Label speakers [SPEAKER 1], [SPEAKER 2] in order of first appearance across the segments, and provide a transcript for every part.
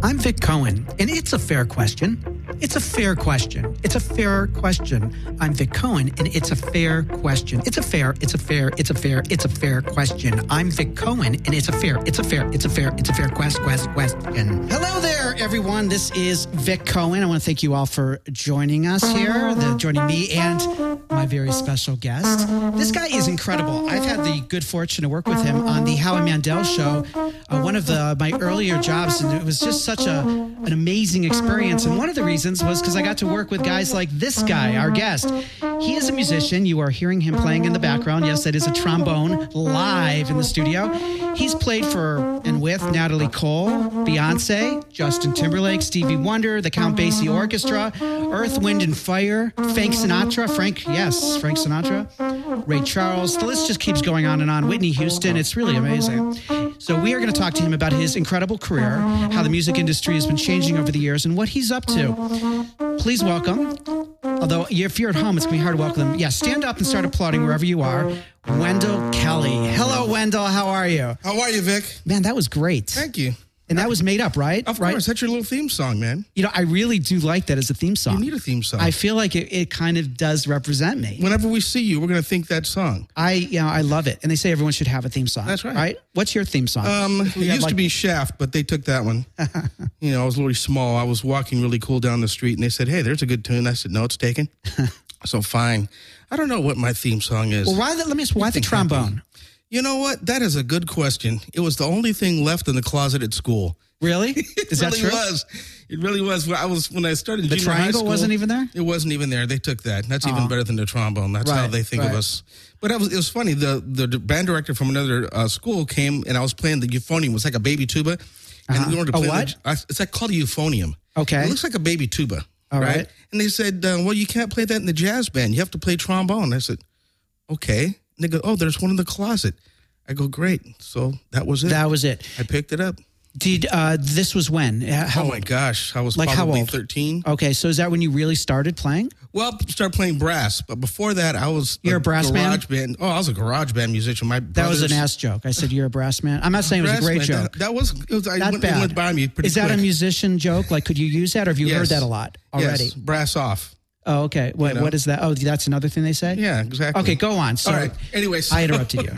[SPEAKER 1] I'm Vic Cohen, and it's a fair question. It's a fair question. It's a fair question. I'm Vic Cohen, and it's a fair question. It's a fair, it's a fair, it's a fair, it's a fair question. I'm Vic Cohen, and it's a fair, it's a fair, it's a fair, it's a fair quest, quest, question. Hello there, everyone. This is Vic Cohen. I want to thank you all for joining us here, the, joining me and my very special guest. This guy is incredible. I've had the good fortune to work with him on the Howie Mandel show, uh, one of the, my earlier jobs, and it was just such a an amazing experience. And one of the reasons was because I got to work with guys like this guy, our guest. He is a musician. You are hearing him playing in the background. Yes, that is a trombone live in the studio. He's played for and with Natalie Cole, Beyonce, Justin Timberlake, Stevie Wonder, the Count Basie Orchestra, Earth, Wind, and Fire, Frank Sinatra, Frank, yes, Frank Sinatra, Ray Charles. The list just keeps going on and on. Whitney Houston, it's really amazing. So, we are going to talk to him about his incredible career, how the music industry has been changing over the years, and what he's up to. Please welcome, although if you're at home, it's going to be hard to welcome them. Yeah, stand up and start applauding wherever you are. Wendell Kelly. Hello, Wendell. How are you?
[SPEAKER 2] How are you, Vic?
[SPEAKER 1] Man, that was great.
[SPEAKER 2] Thank you.
[SPEAKER 1] And that was made up, right?
[SPEAKER 2] Of
[SPEAKER 1] right?
[SPEAKER 2] course, that's your little theme song, man.
[SPEAKER 1] You know, I really do like that as a theme
[SPEAKER 2] You
[SPEAKER 1] song.
[SPEAKER 2] need a theme song.
[SPEAKER 1] I feel like it, it kind of does represent me.
[SPEAKER 2] Whenever we see you, we're going to think that song.
[SPEAKER 1] I, you know, I love it. And they say everyone should have a theme song.
[SPEAKER 2] That's right.
[SPEAKER 1] Right? What's your theme song?
[SPEAKER 2] Um, it used to be Shaft, but they took that one. you know, I was really small. I was walking really cool down the street, and they said, "Hey, there's a good tune." I said, "No, it's taken." so fine. I don't know what my theme song is.
[SPEAKER 1] well, why the, let me ask, why the trombone?
[SPEAKER 2] you know what? That is a good question. It was the only thing left in the closet at school.
[SPEAKER 1] Really? Is
[SPEAKER 2] it
[SPEAKER 1] that
[SPEAKER 2] really
[SPEAKER 1] true?
[SPEAKER 2] was. It really was. When I was when I started. The
[SPEAKER 1] triangle wasn't even there?
[SPEAKER 2] It wasn't even there. They took that. That's even better than the trombone. That's how
[SPEAKER 1] Right,
[SPEAKER 2] they think
[SPEAKER 1] right.
[SPEAKER 2] of us. But I was, it was funny. The the d- band director from another uh, school came and I was playing the euphonium. It's like a baby tuba. And we wanted to
[SPEAKER 1] Uh-huh. A
[SPEAKER 2] play the-
[SPEAKER 1] what?
[SPEAKER 2] I- it's like called a euphonium.
[SPEAKER 1] Okay.
[SPEAKER 2] It looks like a baby tuba.
[SPEAKER 1] All
[SPEAKER 2] right?
[SPEAKER 1] right.
[SPEAKER 2] And they said, uh, well, you can't play that in the jazz band. You have to play trombone. I said, okay. And they go, oh, there's one in the closet. I go, great. So that was it.
[SPEAKER 1] That was it.
[SPEAKER 2] I picked it up.
[SPEAKER 1] Did, uh, this was when? Uh, How,
[SPEAKER 2] Oh my gosh, I was
[SPEAKER 1] Like how
[SPEAKER 2] probably
[SPEAKER 1] old?
[SPEAKER 2] 13.
[SPEAKER 1] Okay, so is that when you really started playing?
[SPEAKER 2] Well, started playing brass, but before that, I was
[SPEAKER 1] You're a brass man?
[SPEAKER 2] garage band. Oh, I was a garage band musician. My
[SPEAKER 1] That was
[SPEAKER 2] brother's
[SPEAKER 1] an ass joke. I said you're a brass man. I'm not saying it was a
[SPEAKER 2] brass
[SPEAKER 1] great
[SPEAKER 2] band.
[SPEAKER 1] joke.
[SPEAKER 2] That, that was it was I
[SPEAKER 1] Not
[SPEAKER 2] went, it
[SPEAKER 1] bad.
[SPEAKER 2] went by me pretty
[SPEAKER 1] Is that
[SPEAKER 2] quick.
[SPEAKER 1] a musician joke? Like, could you use that, or have you heard
[SPEAKER 2] Yes.
[SPEAKER 1] that a lot
[SPEAKER 2] Yes,
[SPEAKER 1] already?
[SPEAKER 2] brass off.
[SPEAKER 1] Oh, okay. Wait,
[SPEAKER 2] know?
[SPEAKER 1] what is that? Oh, that's another thing they say.
[SPEAKER 2] Yeah, exactly.
[SPEAKER 1] Okay, go on.
[SPEAKER 2] All
[SPEAKER 1] Sorry,
[SPEAKER 2] right. Anyway, so,
[SPEAKER 1] I interrupted you.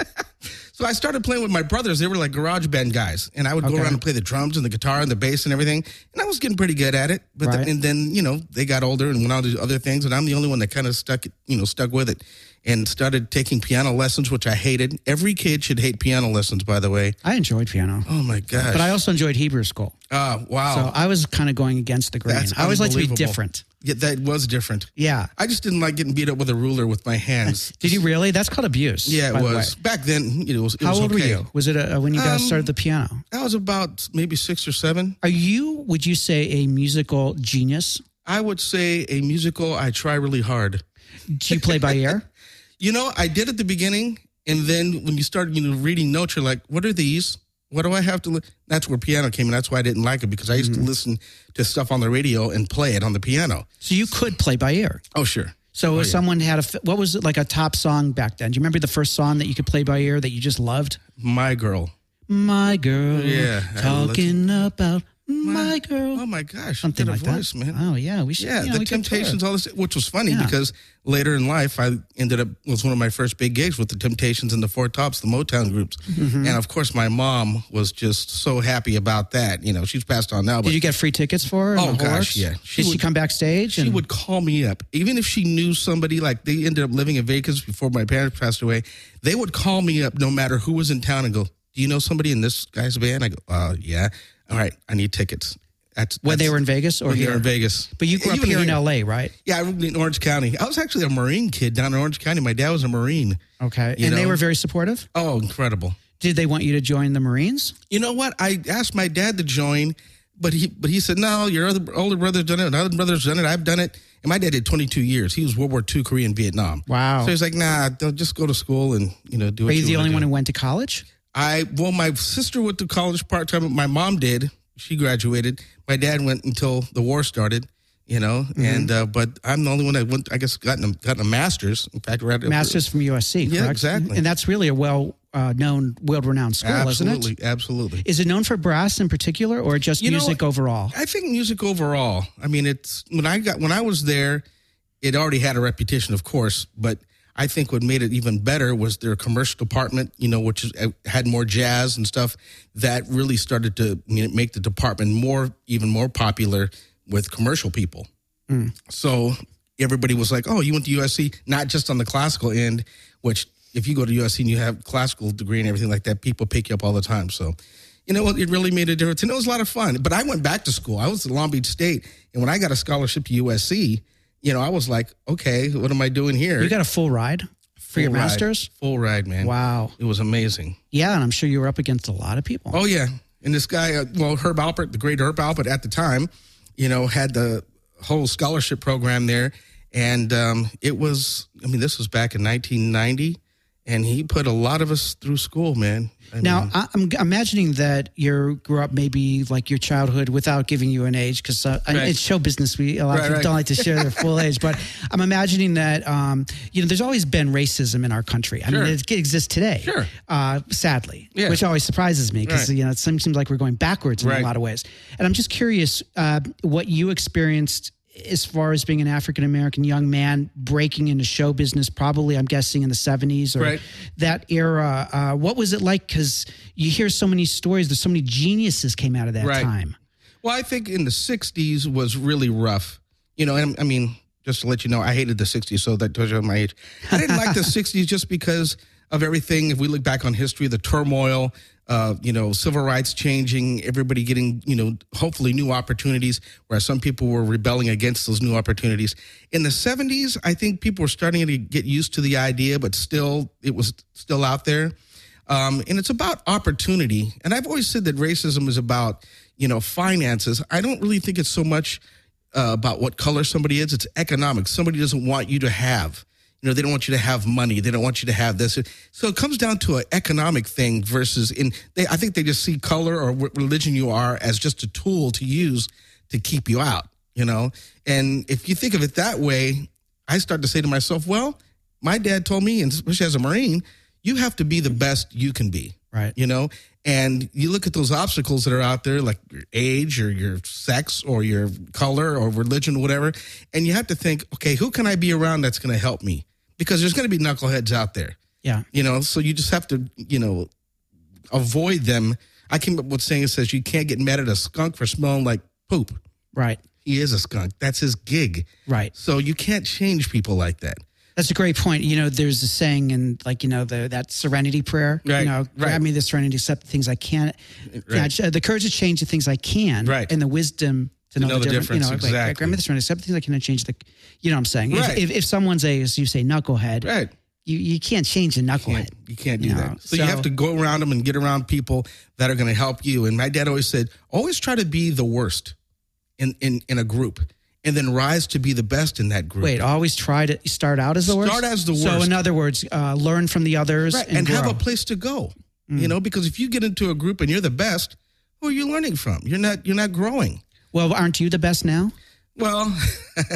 [SPEAKER 2] so I started playing with my brothers. They were like garage band guys, and I would go around and play the drums and the guitar and the bass and everything. And I was getting pretty good at it. But
[SPEAKER 1] Right.
[SPEAKER 2] then, and then you know they got older and went on to do other things, and I'm the only one that kind of stuck you know stuck with it and started taking piano lessons, which I hated. Every kid should hate piano lessons, by the way.
[SPEAKER 1] I enjoyed piano,
[SPEAKER 2] Oh my gosh!
[SPEAKER 1] but I also enjoyed Hebrew school.
[SPEAKER 2] Ah, wow.
[SPEAKER 1] So I was kind of going against the grain.
[SPEAKER 2] That's
[SPEAKER 1] I always like to be
[SPEAKER 2] unbelievable.
[SPEAKER 1] different.
[SPEAKER 2] yeah, that was different.
[SPEAKER 1] Yeah.
[SPEAKER 2] I just didn't like getting beat up with a ruler with my hands.
[SPEAKER 1] Did you really? That's called abuse.
[SPEAKER 2] Yeah,
[SPEAKER 1] by
[SPEAKER 2] it
[SPEAKER 1] the
[SPEAKER 2] was
[SPEAKER 1] way.
[SPEAKER 2] back then. You know, it was, it
[SPEAKER 1] How
[SPEAKER 2] was
[SPEAKER 1] old were
[SPEAKER 2] okay.
[SPEAKER 1] you? Was it uh when you guys
[SPEAKER 2] Um,
[SPEAKER 1] started the piano?
[SPEAKER 2] I was about maybe six or seven.
[SPEAKER 1] Are you? Would you say a musical genius?
[SPEAKER 2] I would say a musical. I try really hard.
[SPEAKER 1] Do you play by ear?
[SPEAKER 2] You know, I did at the beginning, and then when you started, you know, reading notes, you're like, "What are these? What do I have to?" Li-? That's where piano came, and that's why I didn't like it because I used
[SPEAKER 1] Mm-hmm.
[SPEAKER 2] to listen to stuff on the radio and play it on the piano.
[SPEAKER 1] So you could play by ear.
[SPEAKER 2] Oh, sure.
[SPEAKER 1] So if someone had a f- what was it like a top song back then? Do you remember the first song that you could play by ear that you just loved?
[SPEAKER 2] My girl.
[SPEAKER 1] My girl,
[SPEAKER 2] Yeah, I
[SPEAKER 1] talking about my girl,
[SPEAKER 2] Oh my gosh,
[SPEAKER 1] something
[SPEAKER 2] you
[SPEAKER 1] like
[SPEAKER 2] got a voice,
[SPEAKER 1] that.
[SPEAKER 2] man.
[SPEAKER 1] Oh yeah, we should.
[SPEAKER 2] Yeah,
[SPEAKER 1] you know,
[SPEAKER 2] the
[SPEAKER 1] we could tour.
[SPEAKER 2] Temptations, all this, which was funny because later in life, I ended up with one of my first big gigs with the Temptations and the Four Tops, the Motown groups,
[SPEAKER 1] Mm-hmm.
[SPEAKER 2] and of course, my mom was just so happy about that. You know, she's passed on now, but
[SPEAKER 1] Did you get free tickets for? her and
[SPEAKER 2] Oh,
[SPEAKER 1] the whole
[SPEAKER 2] gosh,
[SPEAKER 1] works?
[SPEAKER 2] yeah. She
[SPEAKER 1] Did she
[SPEAKER 2] would-
[SPEAKER 1] come backstage?
[SPEAKER 2] she
[SPEAKER 1] and,
[SPEAKER 2] would call me up, even if she knew somebody. Like they ended up living in Vegas before my parents passed away. They would call me up no matter who was in town and go, "Do you know somebody in this guy's band?" I go, "Uh, yeah. All right, I need tickets." That's
[SPEAKER 1] when they
[SPEAKER 2] that's-
[SPEAKER 1] were in Vegas or
[SPEAKER 2] when they
[SPEAKER 1] here?
[SPEAKER 2] were in Vegas.
[SPEAKER 1] But you grew up
[SPEAKER 2] Even
[SPEAKER 1] here in L.A., right?
[SPEAKER 2] Yeah, I lived in Orange County. I was actually a Marine kid down in Orange County. My dad was a Marine.
[SPEAKER 1] Okay,
[SPEAKER 2] You
[SPEAKER 1] and they
[SPEAKER 2] know?
[SPEAKER 1] were very supportive.
[SPEAKER 2] Oh, incredible.
[SPEAKER 1] Did they want you to join the Marines?
[SPEAKER 2] You know what? I asked my dad to join, but he but he said, No, your other older brother's done it, another brother's done it, I've done it. And my dad did twenty two years. He was World War II, Korea and Vietnam.
[SPEAKER 1] Wow.
[SPEAKER 2] So he's like, nah, don't- just go to school and you know do
[SPEAKER 1] Are
[SPEAKER 2] what
[SPEAKER 1] you the
[SPEAKER 2] wanna
[SPEAKER 1] only
[SPEAKER 2] do."
[SPEAKER 1] one who went to college?
[SPEAKER 2] I well, my sister went to college part time. My mom did; she graduated. My dad went until the war started, you know.
[SPEAKER 1] Mm-hmm.
[SPEAKER 2] And uh, but I'm the only one that went. I guess gotten a, gotten a master's. In fact, right
[SPEAKER 1] Masters from USC, correct?
[SPEAKER 2] exactly.
[SPEAKER 1] And that's really a well uh, known world renowned school, isn't
[SPEAKER 2] absolutely,
[SPEAKER 1] it?
[SPEAKER 2] absolutely.
[SPEAKER 1] Is it known for brass in particular, or just
[SPEAKER 2] You know,
[SPEAKER 1] music overall?
[SPEAKER 2] I think music overall. I mean, it's when I got when I was there, it already had a reputation, of course. But I think what made it even better was their commercial department. You know, which is, uh, had more jazz and stuff that really started to you know, make the department more even more popular with commercial people. So everybody was like, "Oh, you went to USC, not just on the classical end." Which, if you go to USC and you have classical degree and everything like that, people pick you up all the time. So, you know what? It really made a difference, and it was a lot of fun. But I went back to school. I was at Long Beach State, and when I got a scholarship to USC, you know, I was like, "Okay, what am I doing here?"
[SPEAKER 1] You got a full ride for your
[SPEAKER 2] Full ride.
[SPEAKER 1] master's?
[SPEAKER 2] full ride, man.
[SPEAKER 1] Wow.
[SPEAKER 2] it was amazing.
[SPEAKER 1] Yeah, and I'm sure you were up against a lot of people.
[SPEAKER 2] Oh yeah, and this guy, uh, well, Herb Alpert, the great Herb Alpert at the time, you know, had the whole scholarship program there, and um, it was, I mean, this was back in 1990, and he put a lot of us through school, man. I mean,
[SPEAKER 1] Now, I, I'm g- imagining that you grew up maybe like your childhood without giving you an age because uh, I-
[SPEAKER 2] Right.
[SPEAKER 1] it's show business. We a lot of
[SPEAKER 2] Right,
[SPEAKER 1] people
[SPEAKER 2] right.
[SPEAKER 1] don't like to share their full age, but I'm imagining that um, you know there's always been racism in our country. I
[SPEAKER 2] Sure.
[SPEAKER 1] mean, it exists today,
[SPEAKER 2] Sure.
[SPEAKER 1] uh, sadly,
[SPEAKER 2] Yeah.
[SPEAKER 1] which always surprises me because
[SPEAKER 2] Right.
[SPEAKER 1] you know it seems, seems like we're going backwards in
[SPEAKER 2] Right.
[SPEAKER 1] a lot of ways. And I'm just curious uh, what you experienced. As far as being an African American young man breaking into show business, probably I'm guessing in the 70s or
[SPEAKER 2] Right.
[SPEAKER 1] that era. Uh, what was it like? Because you hear so many stories. There's so many geniuses came out of that
[SPEAKER 2] Right.
[SPEAKER 1] time.
[SPEAKER 2] well, I think in the 60s was really rough, you know, and I mean, just to let you know, I hated the 60s, so that tells you my age. I didn't like the 60s just because of everything. If we look back on history, the turmoil, uh, you know, civil rights changing, everybody getting, you know, hopefully new opportunities, whereas some people were rebelling against those new opportunities. In the 70s, I think people were starting to get used to the idea, but still, it was still out there. Um, and it's about opportunity. And I've always said that racism is about, you know, finances. I don't really think it's so much uh, about what color somebody is. It's economics. Somebody doesn't want you to have, you know, they don't want you to have money. They don't want you to have this. So it comes down to an economic thing versus in, they, I think they just see color or what religion you are as just a tool to use to keep you out, you know? And if you think of it that way, I start to say to myself, well, my dad told me, and especially as a Marine, you have to be the best you can be.
[SPEAKER 1] Right.
[SPEAKER 2] You know, and you look at those obstacles that are out there, like your age or your sex or your color or religion, or whatever. And you have to think, okay, who can I be around that's going to help me? Because there's going to be knuckleheads out there
[SPEAKER 1] Yeah.
[SPEAKER 2] you know so you just have to you know avoid them i came up with saying it says you can't get mad at a skunk for smelling like poop
[SPEAKER 1] Right.
[SPEAKER 2] he is a skunk that's his gig
[SPEAKER 1] Right.
[SPEAKER 2] so you can't change people like that
[SPEAKER 1] That's a great point. You know, there's a saying in like, you know, the, that serenity prayer,
[SPEAKER 2] Right,
[SPEAKER 1] you know,
[SPEAKER 2] right.
[SPEAKER 1] grab me the serenity, accept the things I can't, yeah, j- the courage to change the things I can
[SPEAKER 2] Right.
[SPEAKER 1] and the wisdom to know, the, difference. You know, like,
[SPEAKER 2] exactly.
[SPEAKER 1] grab me the serenity, accept the things I can and change the, you know what I'm saying? If-
[SPEAKER 2] Right.
[SPEAKER 1] If, if, someone's a, as you say, knucklehead,
[SPEAKER 2] right
[SPEAKER 1] you, you can't change a knucklehead.
[SPEAKER 2] you can't do
[SPEAKER 1] No,
[SPEAKER 2] that so, you
[SPEAKER 1] so-
[SPEAKER 2] have to go around them and get around people that are going to help you and my dad always said always try to be the worst in in, in a group and then rise to be the best in that group
[SPEAKER 1] Wait, always try to start out as the worst.
[SPEAKER 2] Start as the
[SPEAKER 1] So,
[SPEAKER 2] worst.
[SPEAKER 1] in other words, uh, learn from the others
[SPEAKER 2] Right,
[SPEAKER 1] and,
[SPEAKER 2] and, have
[SPEAKER 1] grow. Mm.
[SPEAKER 2] a place to go. You know, because if you get into a group and you're the best, who are you learning from? You're not. You're not growing.
[SPEAKER 1] well, aren't you the best now?
[SPEAKER 2] Well,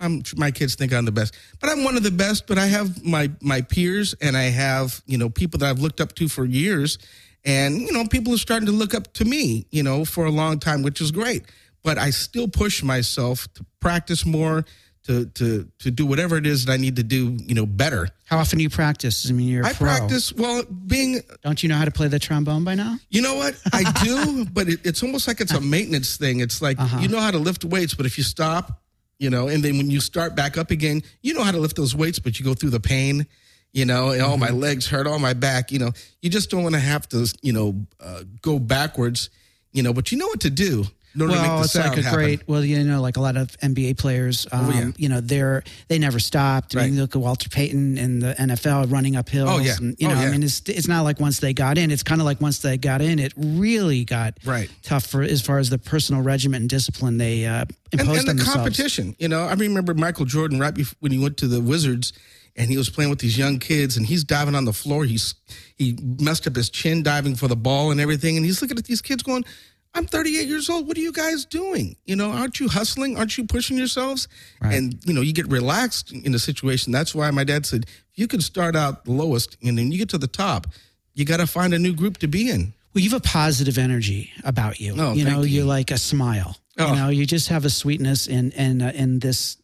[SPEAKER 2] I'm my kids think I'm the best, but I'm one of the best. But I have my my peers, and I have you know people that I've looked up to for years, and you know people are starting to look up to me, you know, for a long time, which is great. But I still push myself to practice more, to to to do whatever it is that I need to do, you know, better.
[SPEAKER 1] How often do you practice? I mean, you're a
[SPEAKER 2] I
[SPEAKER 1] pro.
[SPEAKER 2] practice well being
[SPEAKER 1] Don't you know how to play the trombone by now?
[SPEAKER 2] You know what? I do, but it, it's almost like it's a maintenance thing. It's like
[SPEAKER 1] Uh-huh.
[SPEAKER 2] you know how to lift weights, but if you stop, you know, and then when you start back up again, you know how to lift those weights, but you go through the pain, you know, and all
[SPEAKER 1] Mm-hmm.
[SPEAKER 2] my legs hurt, all my back, you know, you just don't want to have to, you know, uh, go backwards, you know, but you know what to do in order to make
[SPEAKER 1] Well,
[SPEAKER 2] the
[SPEAKER 1] it's like
[SPEAKER 2] sound
[SPEAKER 1] a
[SPEAKER 2] happen. Oh,
[SPEAKER 1] great. Well, you know, like a lot of NBA players. Um,
[SPEAKER 2] yeah.
[SPEAKER 1] You know, they're they never stopped. I mean,
[SPEAKER 2] Right.
[SPEAKER 1] look at Walter Payton in the NFL running up hills.
[SPEAKER 2] Oh, yeah.
[SPEAKER 1] And, you
[SPEAKER 2] Oh,
[SPEAKER 1] know,
[SPEAKER 2] yeah.
[SPEAKER 1] I mean, it's it's not like once they got in. It's kind of like once they got in, it really got
[SPEAKER 2] Right.
[SPEAKER 1] tough for as far as the personal regiment and discipline they uh,
[SPEAKER 2] and,
[SPEAKER 1] imposed
[SPEAKER 2] and the
[SPEAKER 1] on themselves.
[SPEAKER 2] competition. You know, I remember Michael Jordan right before when he went to the Wizards, and he was playing with these young kids, and he's diving on the floor. He's he messed up his chin diving for the ball and everything, and he's looking at these kids going. I'm 38 years old. What are you guys doing? You know, aren't you hustling? Aren't you pushing yourselves? And you know, you get relaxed in a situation. That's why my dad said, if you can start out lowest and then you get to the top, you got to find a new group to be in.
[SPEAKER 1] Well, you have a positive energy about you.
[SPEAKER 2] Oh,
[SPEAKER 1] you know,
[SPEAKER 2] thank you.
[SPEAKER 1] are like a smile.
[SPEAKER 2] Oh.
[SPEAKER 1] You know, you just have a sweetness and and uh, and this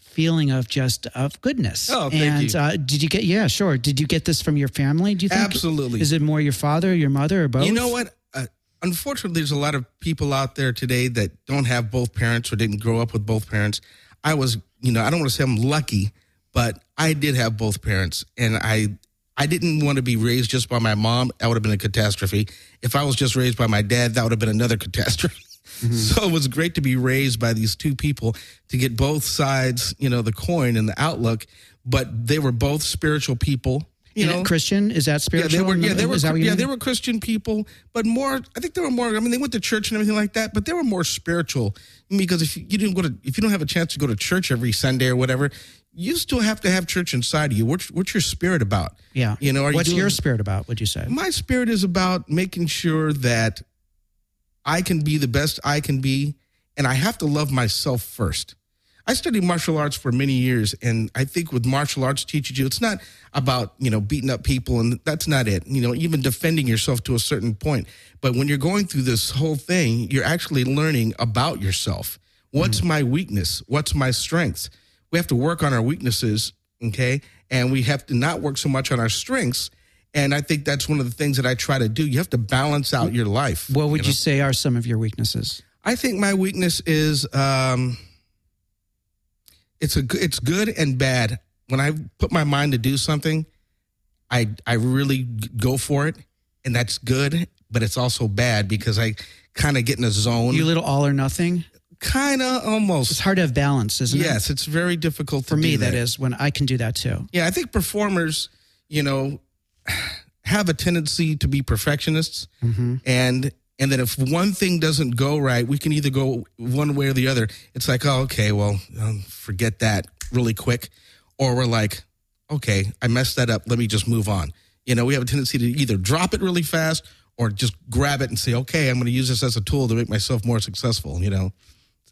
[SPEAKER 1] feeling of just of goodness.
[SPEAKER 2] Oh, thank
[SPEAKER 1] and
[SPEAKER 2] you.
[SPEAKER 1] Uh, did you get? Yeah, sure. Did you get this from your family? Do you think?
[SPEAKER 2] Absolutely.
[SPEAKER 1] Is it more your father, your mother, or both?
[SPEAKER 2] You know what? Uh, unfortunately, there's a lot of people out there today that don't have both parents or didn't grow up with both parents. I was, you know, I don't want to say I'm lucky, but I did have both parents, and I I didn't want to be raised just by my mom. That would have been a catastrophe. If I was just raised by my dad, that would have been another catastrophe. So it was great to be raised by these two people to get both sides, you know, the coin and the outlook. But they were both spiritual people. You
[SPEAKER 1] And
[SPEAKER 2] know,
[SPEAKER 1] Christian is that
[SPEAKER 2] yeah,
[SPEAKER 1] spiritual?
[SPEAKER 2] they were. Yeah,
[SPEAKER 1] Is
[SPEAKER 2] they were.
[SPEAKER 1] that what you
[SPEAKER 2] yeah,
[SPEAKER 1] mean?
[SPEAKER 2] they were Christian people, but more. I think they were more. I mean, they went to church and everything like that, but they were more spiritual because if you didn't go to, if you don't have a chance to go to church every Sunday or whatever, you still have to have church inside of you. What's what's your spirit about?
[SPEAKER 1] Yeah.
[SPEAKER 2] you know. Are
[SPEAKER 1] What's
[SPEAKER 2] you doing-
[SPEAKER 1] your spirit about? Would you say?
[SPEAKER 2] My spirit is about making sure that I can be the best I can be, and I have to love myself first. I studied martial arts for many years, and I think with martial arts teaches you, it's not about you know beating up people, and that's not it. You know, even defending yourself to a certain point. But when you're going through this whole thing, you're actually learning about yourself. What's my weakness? What's my strengths? We have to work on our weaknesses, okay, and we have to not work so much on our strengths. And I think that's one of the things that I try to do. You have to balance out your life.
[SPEAKER 1] What would you, say are some of your weaknesses?
[SPEAKER 2] I think my weakness is um, it's a g- it's good and bad. When I put my mind to do something, I I really g- go for it, and that's good. But it's also bad because I kind of get in a zone.
[SPEAKER 1] You little all or nothing.
[SPEAKER 2] kind of
[SPEAKER 1] It's
[SPEAKER 2] almost.
[SPEAKER 1] hard to have balance, isn't it?
[SPEAKER 2] Yes, it's very difficult
[SPEAKER 1] For me, that is when I can do that too.
[SPEAKER 2] Yeah, I think performers, you know, have a tendency to be perfectionists,
[SPEAKER 1] Mm-hmm.
[SPEAKER 2] and and that if one thing doesn't go right, we can either go one way or the other. It's like, oh, okay, well, um, forget that really quick, or we're like, okay, I messed that up. Let me just move on. You know, we have a tendency to either drop it really fast or just grab it and say, okay, I'm going to use this as a tool to make myself more successful. You know,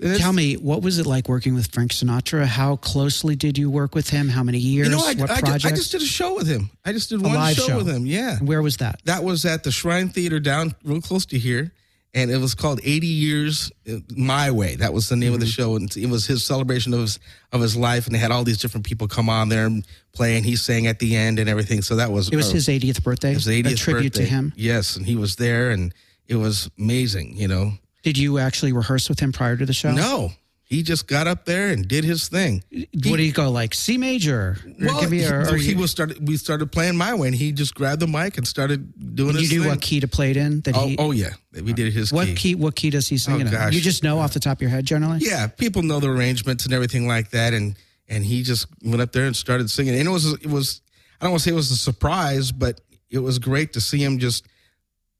[SPEAKER 2] And it's-
[SPEAKER 1] Tell me, what was it like working with Frank Sinatra? How closely did you work with him? How many years?
[SPEAKER 2] you know, I,
[SPEAKER 1] what
[SPEAKER 2] I,
[SPEAKER 1] projects?
[SPEAKER 2] ju- I just did a show with him. I just did one
[SPEAKER 1] live
[SPEAKER 2] show,
[SPEAKER 1] show.
[SPEAKER 2] with him. Yeah.
[SPEAKER 1] Where was that?
[SPEAKER 2] that was at the Shrine Theater down real close to here, and it was called "80 Years uh, My Way." That was the name
[SPEAKER 1] Mm-hmm.
[SPEAKER 2] of the show, and it was his celebration of his of his life. And they had all these different people come on there and play, and he sang at the end and everything. So that was
[SPEAKER 1] It was
[SPEAKER 2] uh,
[SPEAKER 1] his 80th birthday.
[SPEAKER 2] it was the 80th
[SPEAKER 1] a tribute
[SPEAKER 2] birthday.
[SPEAKER 1] to him.
[SPEAKER 2] Yes, and he was there, and it was amazing. You know,
[SPEAKER 1] Did you actually rehearse with him prior to the show?
[SPEAKER 2] no, he just got up there and did his thing.
[SPEAKER 1] What do you go like C major? Or
[SPEAKER 2] Well,
[SPEAKER 1] give me
[SPEAKER 2] he,
[SPEAKER 1] a- or
[SPEAKER 2] he
[SPEAKER 1] you,
[SPEAKER 2] was started. We started playing my way, and he just grabbed the mic and started doing
[SPEAKER 1] you
[SPEAKER 2] his
[SPEAKER 1] knew
[SPEAKER 2] thing.
[SPEAKER 1] what key to play it in. That
[SPEAKER 2] oh,
[SPEAKER 1] he.
[SPEAKER 2] oh yeah, we did his
[SPEAKER 1] what
[SPEAKER 2] key. Oh,
[SPEAKER 1] key. What key does he sing it in?
[SPEAKER 2] gosh.
[SPEAKER 1] You just know off the top of your head, generally.
[SPEAKER 2] Yeah, people know the arrangements and everything like that, and and he just went up there and started singing. And it was it was I don't want to say it was a surprise, but it was great to see him just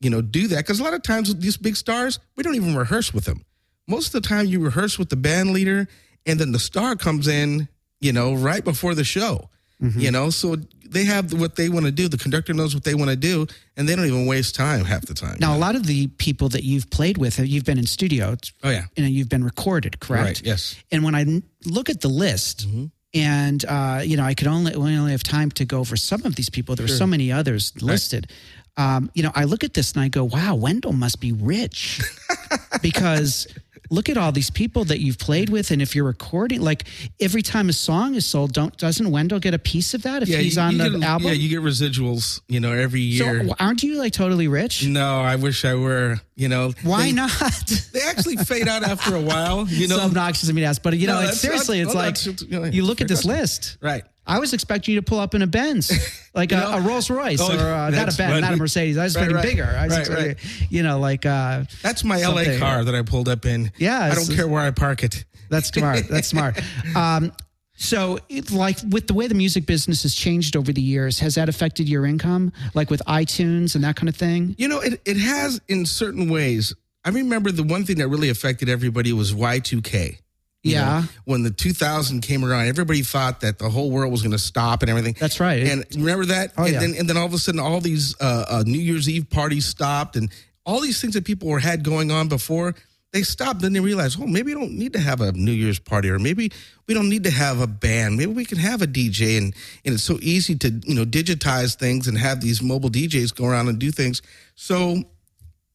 [SPEAKER 2] you know do that because a lot of times with these big stars we don't even rehearse with them. Most of the time, you rehearse with the band leader, and then the star comes in, you know, right before the show.
[SPEAKER 1] Mm-hmm.
[SPEAKER 2] You know, so they have what they want to do. The conductor knows what they want to do, and they don't even waste time half the time.
[SPEAKER 1] Now, a lot of the people that you've played with, you've been in studio, it's-
[SPEAKER 2] oh yeah,
[SPEAKER 1] you know, you've been recorded, correct?
[SPEAKER 2] right, yes.
[SPEAKER 1] And when I n- look at the list,
[SPEAKER 2] Mm-hmm.
[SPEAKER 1] and uh, you know, I could only we only have time to go over some of these people. There were so many others listed. Um, you know, I look at this and I go, "Wow, Wendell must be rich," because look at all these people that you've played with, and if you're recording, like every time a song is sold, don't doesn't Wendell get a piece of that if he's on the
[SPEAKER 2] get,
[SPEAKER 1] album?
[SPEAKER 2] Yeah, you get residuals, you know, every
[SPEAKER 1] so
[SPEAKER 2] year.
[SPEAKER 1] w- aren't you like totally rich?
[SPEAKER 2] no, I wish I were, you know.
[SPEAKER 1] Why
[SPEAKER 2] They-
[SPEAKER 1] not?
[SPEAKER 2] They actually fade out after a while, you
[SPEAKER 1] it's
[SPEAKER 2] know.
[SPEAKER 1] obnoxious of me to ask, but you
[SPEAKER 2] No,
[SPEAKER 1] know, it's,
[SPEAKER 2] that's- that's-
[SPEAKER 1] seriously, it's
[SPEAKER 2] no,
[SPEAKER 1] like
[SPEAKER 2] that's- you know,
[SPEAKER 1] you look
[SPEAKER 2] fair
[SPEAKER 1] at this
[SPEAKER 2] question.
[SPEAKER 1] list.
[SPEAKER 2] right.
[SPEAKER 1] I was expecting you to pull up in a Benz, like a, a Rolls Royce,
[SPEAKER 2] Oh,
[SPEAKER 1] or uh, not
[SPEAKER 2] that's
[SPEAKER 1] a Benz,
[SPEAKER 2] right.
[SPEAKER 1] not a Mercedes. I was
[SPEAKER 2] Right,
[SPEAKER 1] expecting
[SPEAKER 2] right.
[SPEAKER 1] bigger. I was
[SPEAKER 2] Right,
[SPEAKER 1] expecting, you know, like uh,
[SPEAKER 2] That's my LA
[SPEAKER 1] Something.
[SPEAKER 2] car that I pulled up in.
[SPEAKER 1] Yeah,
[SPEAKER 2] I
[SPEAKER 1] it's-
[SPEAKER 2] don't care where I park it.
[SPEAKER 1] that's smart. that's smart. Um, so, it, like with the way the music business has changed over the years, has that affected your income, like with iTunes and that kind of thing?
[SPEAKER 2] You know, it, it has in certain ways. I remember the one thing that really affected everybody was Y2K. you know,
[SPEAKER 1] Yeah.
[SPEAKER 2] when the 2000 came around, everybody thought that the whole world was going to stop and everything.
[SPEAKER 1] That's right.
[SPEAKER 2] And remember that? and,
[SPEAKER 1] yeah.
[SPEAKER 2] then, and then all of a sudden, all these uh, uh, New Year's Eve parties stopped and all these things that people were had going on before, They stopped. Then they realized, oh, maybe we don't need to have a New Year's party, or maybe we don't need to have a band. Maybe we can have a DJ, and and it's so easy to you know digitize things and have these mobile DJs go around and do things. So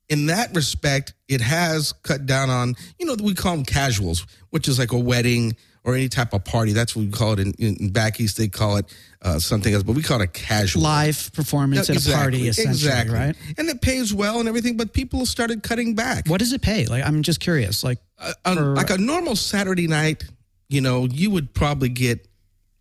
[SPEAKER 2] in that respect, it has cut down on, you know, we call them casuals, which is like a wedding or any type of party. That's what we call it in, in back east. They call it uh, something else, but we call it a casual.
[SPEAKER 1] Live performance at a party, essentially,
[SPEAKER 2] exactly.
[SPEAKER 1] right?
[SPEAKER 2] And it pays well and everything, but people started cutting back.
[SPEAKER 1] What does it pay? Like, I'm just curious. Like,
[SPEAKER 2] On- like a normal Saturday night, you know, you would probably get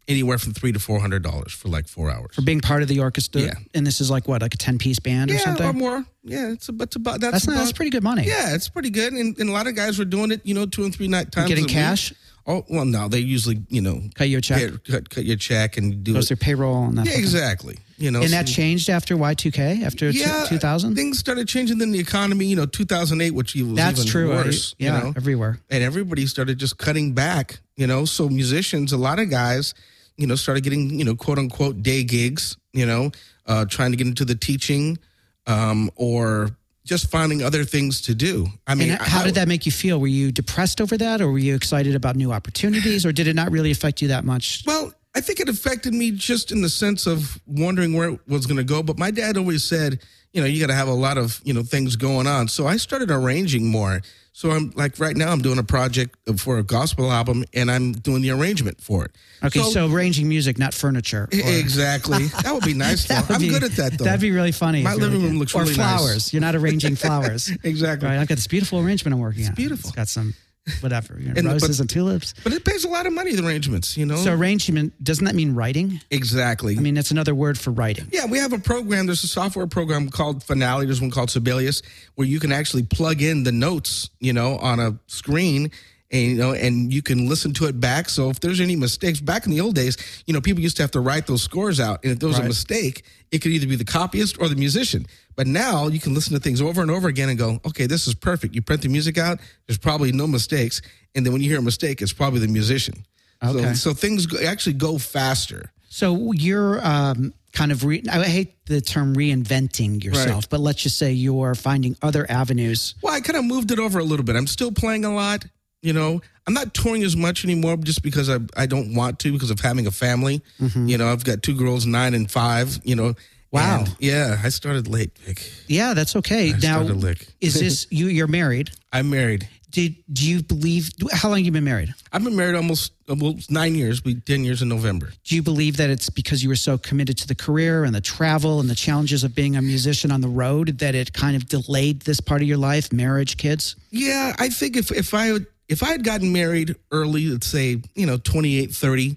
[SPEAKER 2] anywhere from three to four hundred dollars for like four hours.
[SPEAKER 1] for being part of the orchestra,
[SPEAKER 2] Yeah.
[SPEAKER 1] and this is like what, like a 10 piece band or
[SPEAKER 2] yeah,
[SPEAKER 1] something?
[SPEAKER 2] or more. Yeah, it's about, it's about that's,
[SPEAKER 1] that's not,
[SPEAKER 2] about-
[SPEAKER 1] that's pretty good money.
[SPEAKER 2] Yeah, it's pretty good, and, and a lot of guys were doing it. You know, two and three night times.
[SPEAKER 1] Getting
[SPEAKER 2] a week.
[SPEAKER 1] cash?
[SPEAKER 2] Oh well, no, they usually you know
[SPEAKER 1] Cut you a check,
[SPEAKER 2] cut, cut, cut your check and do
[SPEAKER 1] goes through
[SPEAKER 2] it.
[SPEAKER 1] payroll, and that.
[SPEAKER 2] Yeah, exactly. You know,
[SPEAKER 1] And that
[SPEAKER 2] so-
[SPEAKER 1] changed after Y2K, after
[SPEAKER 2] yeah,
[SPEAKER 1] 2000?
[SPEAKER 2] things started changing. Then the economy, you know, two thousand eight, which was
[SPEAKER 1] That's
[SPEAKER 2] even
[SPEAKER 1] true. I-
[SPEAKER 2] Worse,
[SPEAKER 1] yeah,
[SPEAKER 2] you know?
[SPEAKER 1] everywhere.
[SPEAKER 2] and everybody started just cutting back, you know. So musicians, a lot of guys, you know, started getting, you know, quote unquote day gigs, you know, uh, trying to get into the teaching, um, or just finding other things to do. I mean,
[SPEAKER 1] And how
[SPEAKER 2] I-
[SPEAKER 1] did that make you feel? Were you depressed over that, or were you excited about new opportunities, or did it not really affect you that much?
[SPEAKER 2] Well, I think it affected me just in the sense of wondering where it was going to go. But my dad always said, you know, you got to have a lot of you know things going on. So I started arranging more. So I'm like right now, I'm doing a project for a gospel album, and I'm doing the arrangement for it.
[SPEAKER 1] Okay, so, arranging music, not furniture.
[SPEAKER 2] E-
[SPEAKER 1] or-
[SPEAKER 2] exactly, that would be nice. though.
[SPEAKER 1] That would
[SPEAKER 2] I'm
[SPEAKER 1] be-
[SPEAKER 2] good at that though.
[SPEAKER 1] That'd be really funny.
[SPEAKER 2] My
[SPEAKER 1] if you
[SPEAKER 2] living
[SPEAKER 1] were-
[SPEAKER 2] room looks
[SPEAKER 1] or
[SPEAKER 2] really nice.
[SPEAKER 1] flowers. You're not arranging flowers.
[SPEAKER 2] exactly.
[SPEAKER 1] Right. I've got this beautiful arrangement I'm working on.
[SPEAKER 2] beautiful.
[SPEAKER 1] It's got some whatever you know,
[SPEAKER 2] And- but- Mm.
[SPEAKER 1] roses and tulips.
[SPEAKER 2] But it pays a lot of money. The arrangements, you know.
[SPEAKER 1] So arrangement doesn't that mean writing?
[SPEAKER 2] exactly.
[SPEAKER 1] I mean, that's another word for writing.
[SPEAKER 2] Yeah, we have a program. There's a software program called Finale. There's one called Sibelius where you can actually plug in the notes, you know, on a screen. And you know, and you can listen to it back. So if there's any mistakes, back in the old days, you know, people used to have to write those scores out, and if there was a mistake, it could either be the copyist or the musician. But now you can listen to things over and over again and go, okay, this is perfect. You print the music out. There's probably no mistakes, and then when you hear a mistake, it's probably the musician.
[SPEAKER 1] Okay.
[SPEAKER 2] So, so things go, actually go faster.
[SPEAKER 1] So you're um, kind of re- I hate the term reinventing yourself, but let's just say you're finding other avenues.
[SPEAKER 2] Well, I kind of moved it over a little bit. I'm still playing a lot. You know, I'm not touring as much anymore just because I, I don't want to because of having a family. You know, I've got two girls, nine and five, you know.
[SPEAKER 1] Mm-hmm. Wow.
[SPEAKER 2] And, yeah, I started late, Vic.
[SPEAKER 1] Yeah, that's okay. now,
[SPEAKER 2] started lick.
[SPEAKER 1] is this you? You're married.
[SPEAKER 2] I'm married.
[SPEAKER 1] Did do you believe? How long you been married?
[SPEAKER 2] I've been married almost, almost nine years, we 10 years in November.
[SPEAKER 1] Do you believe that it's because you were so committed to the career and the travel and the challenges of being a musician on the road that it kind of delayed this part of your life, marriage, kids?
[SPEAKER 2] Yeah, I think if if I would if I had gotten married early, let's say, you know, 28, 30,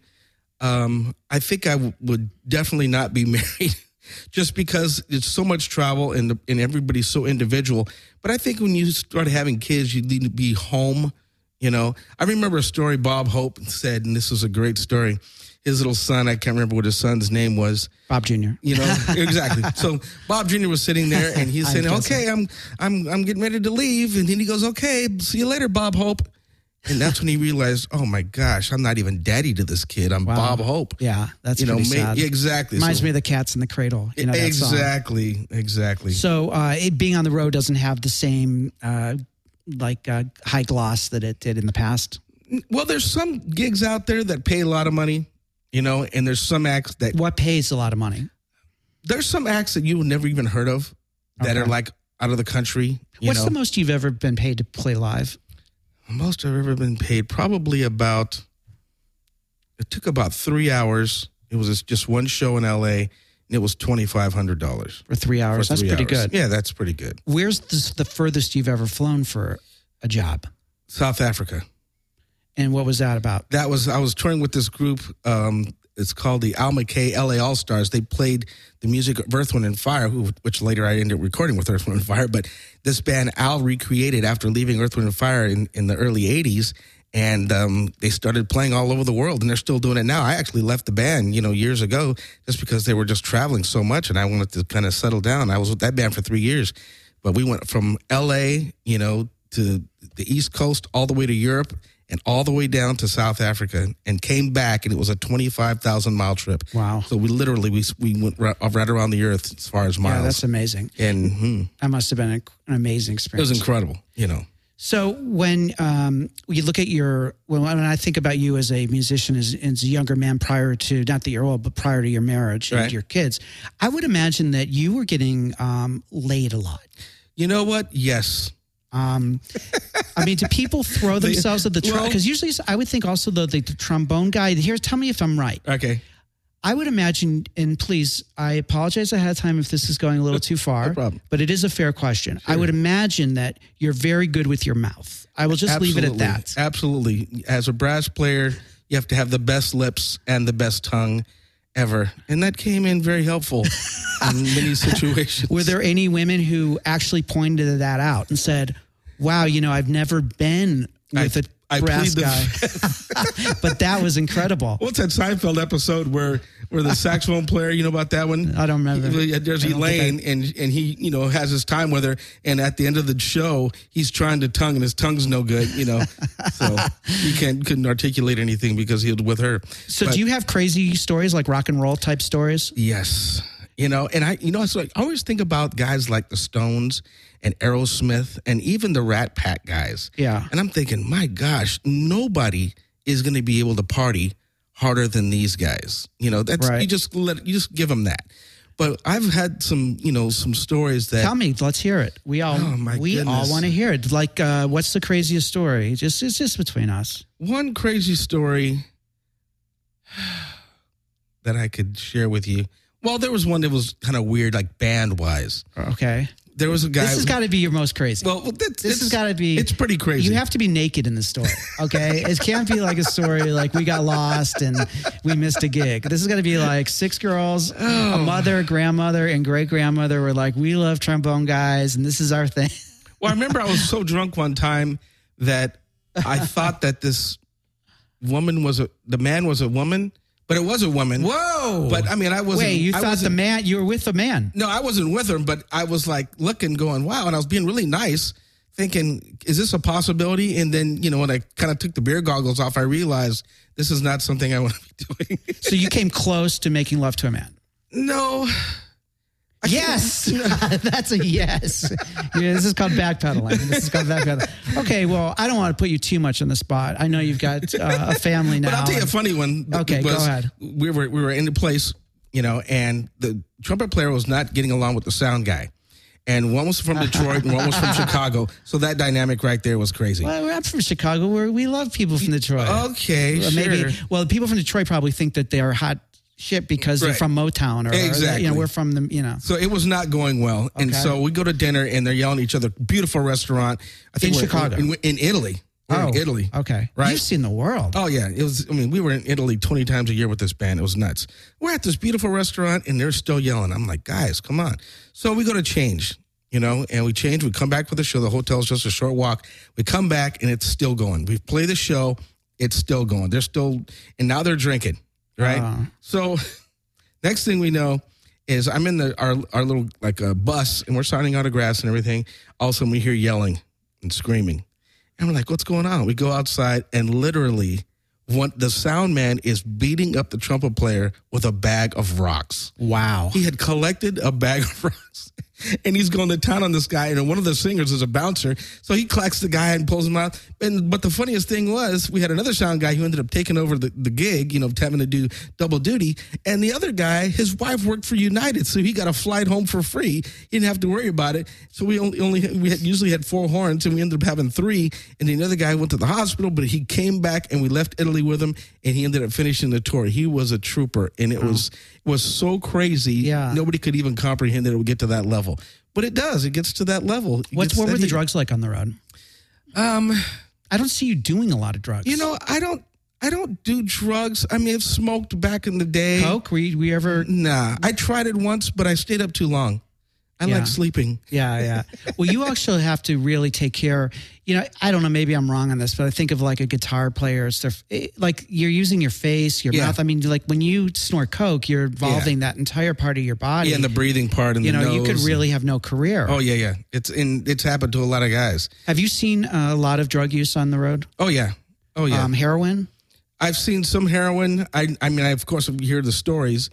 [SPEAKER 2] um, I think I w- would definitely not be married just because it's so much travel and the, and everybody's so individual. But I think when you start having kids, you need to be home, you know. I remember a story Bob Hope said, and this was a great story. His little son, I can't remember what his son's name was,
[SPEAKER 1] Bob Jr.
[SPEAKER 2] you know exactly so bob junior was sitting there and he's saying
[SPEAKER 1] guessing.
[SPEAKER 2] okay i'm i'm i'm getting ready to leave and then he goes okay see you later bob hope and that's when he realized oh my gosh i'm not even daddy to this kid i'm bob hope
[SPEAKER 1] Yeah, that's
[SPEAKER 2] you know
[SPEAKER 1] pretty
[SPEAKER 2] ma-
[SPEAKER 1] sad.
[SPEAKER 2] yeah, exactly
[SPEAKER 1] Reminds
[SPEAKER 2] So-
[SPEAKER 1] me of the cats in the cradle. You know, that song.
[SPEAKER 2] exactly exactly
[SPEAKER 1] So uh, it, being on the road doesn't have the same uh, like uh, high gloss that it did in the past.
[SPEAKER 2] well there's some gigs out there that pay a lot of money you know and there's some acts that
[SPEAKER 1] What pays a lot of money?
[SPEAKER 2] there's some acts that you never even heard of that are like out of the country you
[SPEAKER 1] What's
[SPEAKER 2] know
[SPEAKER 1] the most you've ever been paid to play live?
[SPEAKER 2] most I've ever been paid probably about it took about three hours. It was just one show in LA and it was twenty five hundred dollars.
[SPEAKER 1] For three hours. That's pretty good.
[SPEAKER 2] Yeah, that's pretty good.
[SPEAKER 1] Where's this, the furthest you've ever flown for a job?
[SPEAKER 2] South Africa.
[SPEAKER 1] And what was that about?
[SPEAKER 2] That was I was touring with this group. Um, it's called the Al McKay LA All Stars. They played the music of Earth, Wind, and Fire, who, which later I ended up recording with Earth, Wind, and Fire. But this band Al recreated after leaving Earth, Wind, and Fire in, in the early 80s. And um, they started playing all over the world, and they're still doing it now. I actually left the band, you know, years ago, just because they were just traveling so much, and I wanted to kind of settle down. I was with that band for three years, but we went from L.A., you know, to the East Coast, all the way to Europe, and all the way down to South Africa, and came back, and it was a twenty-five thousand mile trip.
[SPEAKER 1] Wow.
[SPEAKER 2] So we literally we we went right, right around the earth as far as
[SPEAKER 1] Yeah,
[SPEAKER 2] miles,
[SPEAKER 1] that's amazing.
[SPEAKER 2] and hmm,
[SPEAKER 1] That must have been an an amazing
[SPEAKER 2] it was
[SPEAKER 1] experience.
[SPEAKER 2] incredible. You know,
[SPEAKER 1] So when um, you look at your, well, when I think about you as a musician, as, as a younger man prior to, not that you're old, but prior to your marriage and
[SPEAKER 2] Right.
[SPEAKER 1] your kids, I would imagine that you were getting um, laid a lot.
[SPEAKER 2] You know what? Yes.
[SPEAKER 1] Um, I mean, do people throw themselves at the trombone?
[SPEAKER 2] well-
[SPEAKER 1] Because usually I would think also though the, the trombone guy, here, tell me if I'm right.
[SPEAKER 2] Okay.
[SPEAKER 1] I would imagine, and please, I apologize ahead of time if this is going a little too far,
[SPEAKER 2] problem.
[SPEAKER 1] but it is a fair question. I would imagine that you're very good with your mouth. I will just leave it at that.
[SPEAKER 2] Absolutely. As a brass player, you have to have the best lips and the best tongue ever. And that came in very helpful in many situations.
[SPEAKER 1] Were there any women who actually pointed that out and said, wow, you know, I've never been with a
[SPEAKER 2] I
[SPEAKER 1] brass
[SPEAKER 2] plead the
[SPEAKER 1] guy, but that was incredible.
[SPEAKER 2] What's that Seinfeld episode where where the saxophone player, you know about that one?
[SPEAKER 1] I don't remember.
[SPEAKER 2] He- There's
[SPEAKER 1] I don't think
[SPEAKER 2] Elaine and and he, you know, has his time with her and at the end of the show, he's trying to tongue and his tongue's no good, you know. so he can't couldn't articulate anything because he was with her.
[SPEAKER 1] So do you have crazy stories like rock and roll type stories?
[SPEAKER 2] Yes. You know, and I, you know, it's like I always think about guys like the Stones and Aerosmith and even the Rat Pack guys.
[SPEAKER 1] Yeah.
[SPEAKER 2] And I'm thinking, my gosh, nobody is going to be able to party harder than these guys. You know, that's
[SPEAKER 1] Right.
[SPEAKER 2] you just let you just give them that. But I've had some, you know, some stories that
[SPEAKER 1] Tell me, let's hear it. We all
[SPEAKER 2] Oh, my
[SPEAKER 1] we all
[SPEAKER 2] goodness.
[SPEAKER 1] want to hear it. Like, uh, what's the craziest story? Just it's just between us.
[SPEAKER 2] one crazy story that I could share with you. Well, there was one that was kind of weird, like band wise.
[SPEAKER 1] Okay,
[SPEAKER 2] There was a guy.
[SPEAKER 1] this has got to be your most crazy.
[SPEAKER 2] well, that's,
[SPEAKER 1] this has
[SPEAKER 2] it's-
[SPEAKER 1] got to be.
[SPEAKER 2] It's pretty crazy.
[SPEAKER 1] You have to be naked in the story. Okay, it can't be like a story like we got lost and we missed a gig. This is got to be like six girls,
[SPEAKER 2] Oh.
[SPEAKER 1] a mother, grandmother, and great grandmother were like, we love trombone guys, and this is our thing.
[SPEAKER 2] Well, I remember I was so drunk one time that I thought that this woman was a the man was a woman, but it was a woman.
[SPEAKER 1] Whoa!
[SPEAKER 2] But I mean, I wasn't.
[SPEAKER 1] Wait, you
[SPEAKER 2] I
[SPEAKER 1] thought the
[SPEAKER 2] wasn't-
[SPEAKER 1] man you were with a man?
[SPEAKER 2] no, I wasn't with her, but I was like looking, going, wow, and I was being really nice, thinking, is this a possibility? And then you know, when I kind of took the beer goggles off, I realized this is not something I want to be doing.
[SPEAKER 1] So you came close to making love to a man.
[SPEAKER 2] no,
[SPEAKER 1] Yes, that's a yes. Yeah, this is called backpedaling. This is called backpedaling. Okay, well, I don't want to put you too much on the spot. I know you've got uh, a family now.
[SPEAKER 2] But I'll tell you a
[SPEAKER 1] and-
[SPEAKER 2] funny one. th-
[SPEAKER 1] Okay, go ahead.
[SPEAKER 2] We were we were in the place, you know, and the trumpet player was not getting along with the sound guy, and one was from Detroit and one was from Chicago. So that dynamic right there was crazy.
[SPEAKER 1] well, I'm from Chicago, where we love people from Detroit.
[SPEAKER 2] Oh, Okay,
[SPEAKER 1] Well,
[SPEAKER 2] sure.
[SPEAKER 1] Maybe. Well, the people from Detroit probably think that they are hot shit because they're
[SPEAKER 2] Right.
[SPEAKER 1] from Motown, or
[SPEAKER 2] Exactly.
[SPEAKER 1] you know, we're from the, you know,
[SPEAKER 2] So it was not going well, and
[SPEAKER 1] Okay.
[SPEAKER 2] so we go to dinner and they're yelling at each other. Beautiful restaurant. I
[SPEAKER 1] In
[SPEAKER 2] we're-
[SPEAKER 1] Chicago? Oh.
[SPEAKER 2] in, in Italy. We're in Italy.
[SPEAKER 1] Okay,
[SPEAKER 2] Right.
[SPEAKER 1] You've seen the world.
[SPEAKER 2] Oh yeah, it was. I mean, we were in Italy twenty times a year with this band. It was nuts. We're at this beautiful restaurant, and they're still yelling. I'm like, guys, come on. So we go to change, you know, and we change. We come back for the show. The hotel's just a short walk. We come back, and it's still going. We play the show. It's still going. They're still, and now they're drinking, right?
[SPEAKER 1] Wow.
[SPEAKER 2] So next thing we know is I'm in the our our little like a bus and we're signing autographs and everything. All of a sudden we hear yelling and screaming. And we're like, what's going on? We go outside and literally one the sound man is beating up the trumpet player with a bag of rocks.
[SPEAKER 1] Wow.
[SPEAKER 2] He had collected a bag of rocks and he's going to town on this guy. And one of the singers is a bouncer. So he clacks the guy and pulls him out. And but the funniest thing was we had another sound guy who ended up taking over the, the gig, you know, having to do double duty. And the other guy, his wife worked for United, so he got a flight home for free. He didn't have to worry about it. So we only, only we had usually had four horns and we ended up having three. And then the other guy went to the hospital, but he came back and we left Italy with him and he ended up finishing the tour. He was a trooper and it was it was so crazy.
[SPEAKER 1] Yeah.
[SPEAKER 2] Nobody could even comprehend that it would get to that level. But it does. It gets to that level. It
[SPEAKER 1] What's
[SPEAKER 2] gets
[SPEAKER 1] what
[SPEAKER 2] that
[SPEAKER 1] were the
[SPEAKER 2] heat.
[SPEAKER 1] drugs like on the road?
[SPEAKER 2] Um,
[SPEAKER 1] I don't see you doing a lot of drugs.
[SPEAKER 2] you know, I don't I don't do drugs. I mean, I've smoked back in the day.
[SPEAKER 1] coke. Were you, were you ever
[SPEAKER 2] Nah. I tried it once, but I stayed up too long. I
[SPEAKER 1] Yeah.
[SPEAKER 2] like sleeping.
[SPEAKER 1] Yeah, yeah. Well, you actually have to really take care. You know, I don't know. Maybe I'm wrong on this, but I think of like a guitar player. It's their it- like you're using your face, your
[SPEAKER 2] Yeah.
[SPEAKER 1] mouth. I mean, like when you snort coke, you're involving that entire part of your body.
[SPEAKER 2] Yeah, and the breathing part and
[SPEAKER 1] you
[SPEAKER 2] the
[SPEAKER 1] know, you could
[SPEAKER 2] nose.
[SPEAKER 1] really have no career.
[SPEAKER 2] Oh yeah, yeah. It's in it's happened to a lot of guys.
[SPEAKER 1] Have you seen uh, a lot of drug use on the road?
[SPEAKER 2] Oh yeah. Oh yeah.
[SPEAKER 1] Um, heroin.
[SPEAKER 2] I've seen some heroin. I I mean, I, of course, you hear the stories,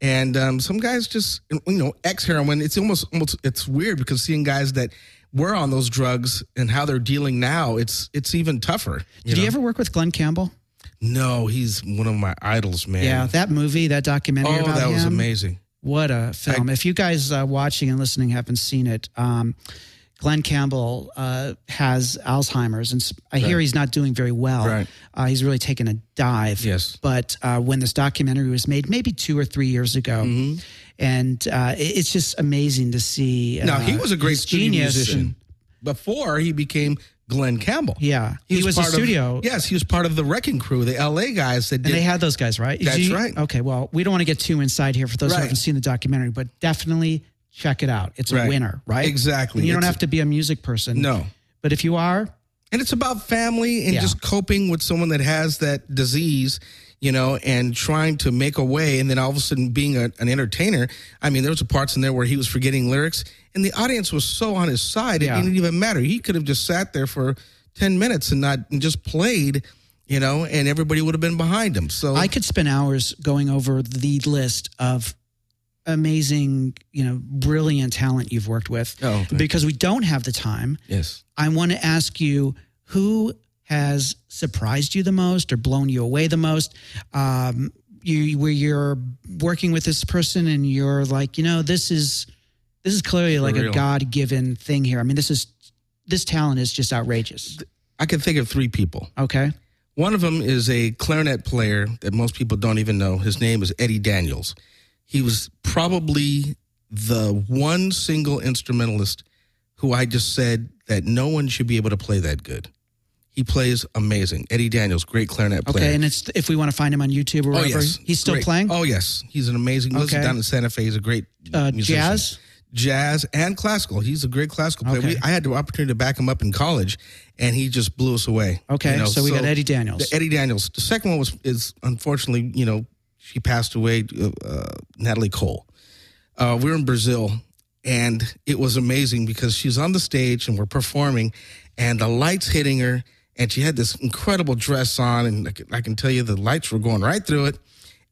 [SPEAKER 2] and um, some guys just you know ex heroin. It's almost almost it's weird because seeing guys that were on those drugs and how they're dealing now, it's it's even tougher.
[SPEAKER 1] Did you ever work with Glenn Campbell?
[SPEAKER 2] No, he's one of my idols, man.
[SPEAKER 1] Yeah, that movie, that documentary
[SPEAKER 2] Oh,
[SPEAKER 1] about
[SPEAKER 2] that
[SPEAKER 1] him.
[SPEAKER 2] was amazing.
[SPEAKER 1] What a film! if you guys uh, watching and listening haven't seen it, um, Glenn Campbell uh, has Alzheimer's, and s- I hear he's not doing very well.
[SPEAKER 2] Right.
[SPEAKER 1] Uh, he's really taken a dive.
[SPEAKER 2] Yes.
[SPEAKER 1] But uh, when this documentary was made, maybe two or three years ago,
[SPEAKER 2] Mm-hmm.
[SPEAKER 1] and uh, it- it's just amazing to see. Uh,
[SPEAKER 2] Now he was a great
[SPEAKER 1] his
[SPEAKER 2] studio
[SPEAKER 1] genius
[SPEAKER 2] musician
[SPEAKER 1] and-
[SPEAKER 2] before he became Glenn Campbell.
[SPEAKER 1] yeah, he, was, a
[SPEAKER 2] part of-
[SPEAKER 1] studio.
[SPEAKER 2] yes, he was part of the Wrecking Crew, the LA guys that did.
[SPEAKER 1] And they had those guys, right? Did
[SPEAKER 2] That's
[SPEAKER 1] you-
[SPEAKER 2] right.
[SPEAKER 1] Okay, well, we don't want to get too inside here for those who
[SPEAKER 2] Right.
[SPEAKER 1] haven't seen the documentary, but definitely check it out. It's a
[SPEAKER 2] Right.
[SPEAKER 1] winner, right?
[SPEAKER 2] Exactly.
[SPEAKER 1] And you don't
[SPEAKER 2] It's-
[SPEAKER 1] have to be a music person.
[SPEAKER 2] no,
[SPEAKER 1] But if you are,
[SPEAKER 2] and it's about family and
[SPEAKER 1] Yeah.
[SPEAKER 2] just coping with someone that has that disease you know and trying to make a way and then all of a sudden being a, an entertainer i mean there was parts in there where he was forgetting lyrics and the audience was so on his side
[SPEAKER 1] Yeah.
[SPEAKER 2] it didn't even matter he could have just sat there for 10 minutes and not and just played you know and everybody would have been behind him so
[SPEAKER 1] I could spend hours going over the list of amazing, you know, brilliant talent you've worked with
[SPEAKER 2] Oh, thank you.
[SPEAKER 1] because we don't have the time.
[SPEAKER 2] yes
[SPEAKER 1] I want to ask you who has surprised you the most or blown you away the most? Um, you where you're working with this person and you're like, you know, this is this is clearly like a
[SPEAKER 2] real.
[SPEAKER 1] God given thing here. I mean, this is this talent is just outrageous.
[SPEAKER 2] i could think of three people
[SPEAKER 1] Okay.
[SPEAKER 2] One of them is a clarinet player that most people don't even know. His name is Eddie Daniels. He was probably the one single instrumentalist who I just said that no one should be able to play that good. He plays amazing. Eddie Daniels, great clarinet player.
[SPEAKER 1] Okay. And it's if we want to find him on YouTube or
[SPEAKER 2] oh,
[SPEAKER 1] whatever,
[SPEAKER 2] yes.
[SPEAKER 1] he's still
[SPEAKER 2] Great.
[SPEAKER 1] playing.
[SPEAKER 2] Oh, yes. He's an amazing. He lives
[SPEAKER 1] Okay.
[SPEAKER 2] down in Santa Fe. He's a great
[SPEAKER 1] uh,
[SPEAKER 2] musician
[SPEAKER 1] jazz.
[SPEAKER 2] jazz and classical. He's a great classical player.
[SPEAKER 1] Okay.
[SPEAKER 2] We, I had the opportunity to back him up in college, and he just blew us away.
[SPEAKER 1] Okay,
[SPEAKER 2] You know,
[SPEAKER 1] so we got Eddie Daniels.
[SPEAKER 2] The Eddie Daniels. The second one was is unfortunately, you know, she passed away. uh, Uh, Natalie Cole. Uh, we were in Brazil, and it was amazing because she's on the stage and we're performing, and the lights hitting her, and she had this incredible dress on, and I can, I can tell you the lights were going right through it,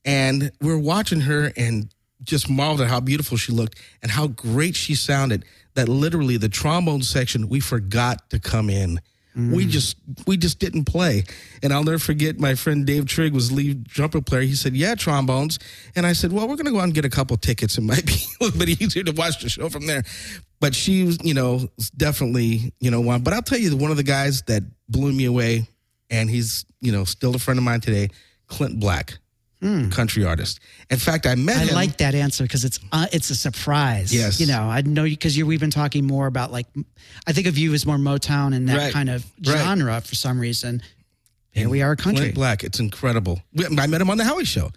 [SPEAKER 2] and we're watching her and just marveled at how beautiful she looked and how great she sounded. That literally the trombone section we forgot to come in. We just we just didn't play, and I'll never forget. My friend Dave Trigg was lead trumpet player. He said, "Yeah, trombones," and I said, "Well, we're gonna go out and get a couple tickets. It might be a little bit easier to watch the show from there." But she was, you know, was definitely, you know, one. But I'll tell you, that one of the guys that blew me away, and he's, you know, still a friend of mine today, Clint Black, country artist. In fact, I met
[SPEAKER 1] I
[SPEAKER 2] him.
[SPEAKER 1] like that answer because it's uh, it's a surprise.
[SPEAKER 2] Yes.
[SPEAKER 1] you know I know because you, we've been talking more about like I think of you as more Motown and that
[SPEAKER 2] Right.
[SPEAKER 1] kind of
[SPEAKER 2] Right.
[SPEAKER 1] genre for some reason. Here we are, country.
[SPEAKER 2] Clint Black. It's incredible. We- I met him on the Howie Show,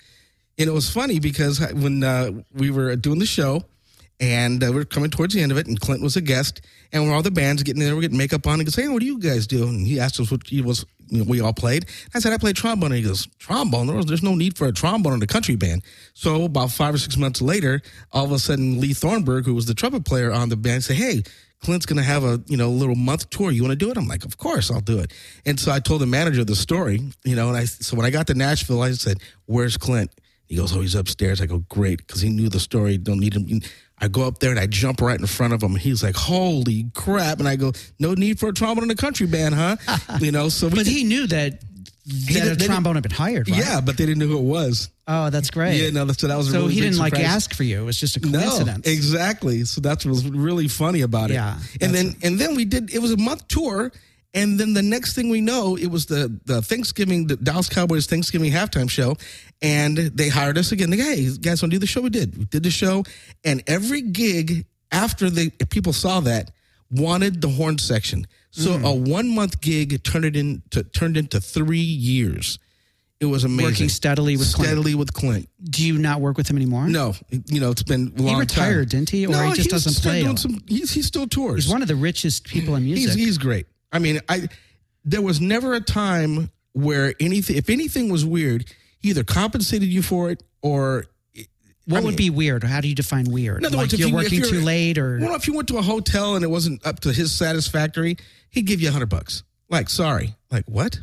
[SPEAKER 2] and it was funny because when uh, we were doing the show, and uh, we were coming towards the end of it, and Clint was a guest, and we're all the bands getting there, we're getting makeup on, and he goes, "Hey, what do you guys do?" And he asked us what he was. you know, We all played. I said I played trombone. And he goes trombone. There was- There's no need for a trombone in a country band. So about five or six months later, all of a sudden Lee Thornburg, who was the trumpet player on the band, said, "Hey, Clint's gonna have a you know little month tour. You want to do it? I'm like, of course I'll do it. And so I told the manager the story, you know. And I so when I got to Nashville, I said, "Where's Clint?" He goes, "Oh, he's upstairs." I go, "Great," because he knew the story. Don't need him. I go up there and I jump right in front of him. He's like, "Holy crap!" And I go, "No need for a trombone in a country band, huh?" you know. So we,
[SPEAKER 1] But he knew that that
[SPEAKER 2] didn't-
[SPEAKER 1] a
[SPEAKER 2] they
[SPEAKER 1] trombone had been hired. Right?
[SPEAKER 2] yeah, but they didn't know who it was.
[SPEAKER 1] Oh, that's great.
[SPEAKER 2] Yeah, no, so that was a
[SPEAKER 1] so
[SPEAKER 2] really
[SPEAKER 1] he
[SPEAKER 2] big
[SPEAKER 1] didn't like
[SPEAKER 2] surprise.
[SPEAKER 1] ask for you. It was just a
[SPEAKER 2] No,
[SPEAKER 1] coincidence.
[SPEAKER 2] exactly. So that's what was really funny about it.
[SPEAKER 1] Yeah,
[SPEAKER 2] And then and then we did it was a month tour. And then the next thing we know, it was the the Thanksgiving, the Dallas Cowboys Thanksgiving halftime show. And they hired us again. They go, hey, you guys want to do the show? We did. We did the show. And every gig after the people saw that wanted the horn section. So
[SPEAKER 1] Hmm.
[SPEAKER 2] a one month gig turned it into turned into three years. It was amazing.
[SPEAKER 1] Working steadily with Clint.
[SPEAKER 2] steadily with Clint.
[SPEAKER 1] Do you not work with him anymore?
[SPEAKER 2] No, you know it's been a long.
[SPEAKER 1] he retired,
[SPEAKER 2] time.
[SPEAKER 1] didn't he? Or
[SPEAKER 2] no,
[SPEAKER 1] he just
[SPEAKER 2] was
[SPEAKER 1] doesn't
[SPEAKER 2] still
[SPEAKER 1] play. a
[SPEAKER 2] Doing
[SPEAKER 1] lot?
[SPEAKER 2] some, he's, he still tours.
[SPEAKER 1] He's one of the richest people in music.
[SPEAKER 2] he's, he's great. I mean, I there was never a time where anything, if anything was weird, he either compensated you for it or
[SPEAKER 1] what
[SPEAKER 2] I
[SPEAKER 1] would
[SPEAKER 2] mean-
[SPEAKER 1] be weird? How do you define weird?
[SPEAKER 2] In other
[SPEAKER 1] like
[SPEAKER 2] words, if
[SPEAKER 1] you're
[SPEAKER 2] you- if
[SPEAKER 1] working
[SPEAKER 2] you're-
[SPEAKER 1] too late, or
[SPEAKER 2] well, if you went to a hotel and it wasn't up to his satisfactory, he'd give you a hundred bucks. Like, sorry, like what?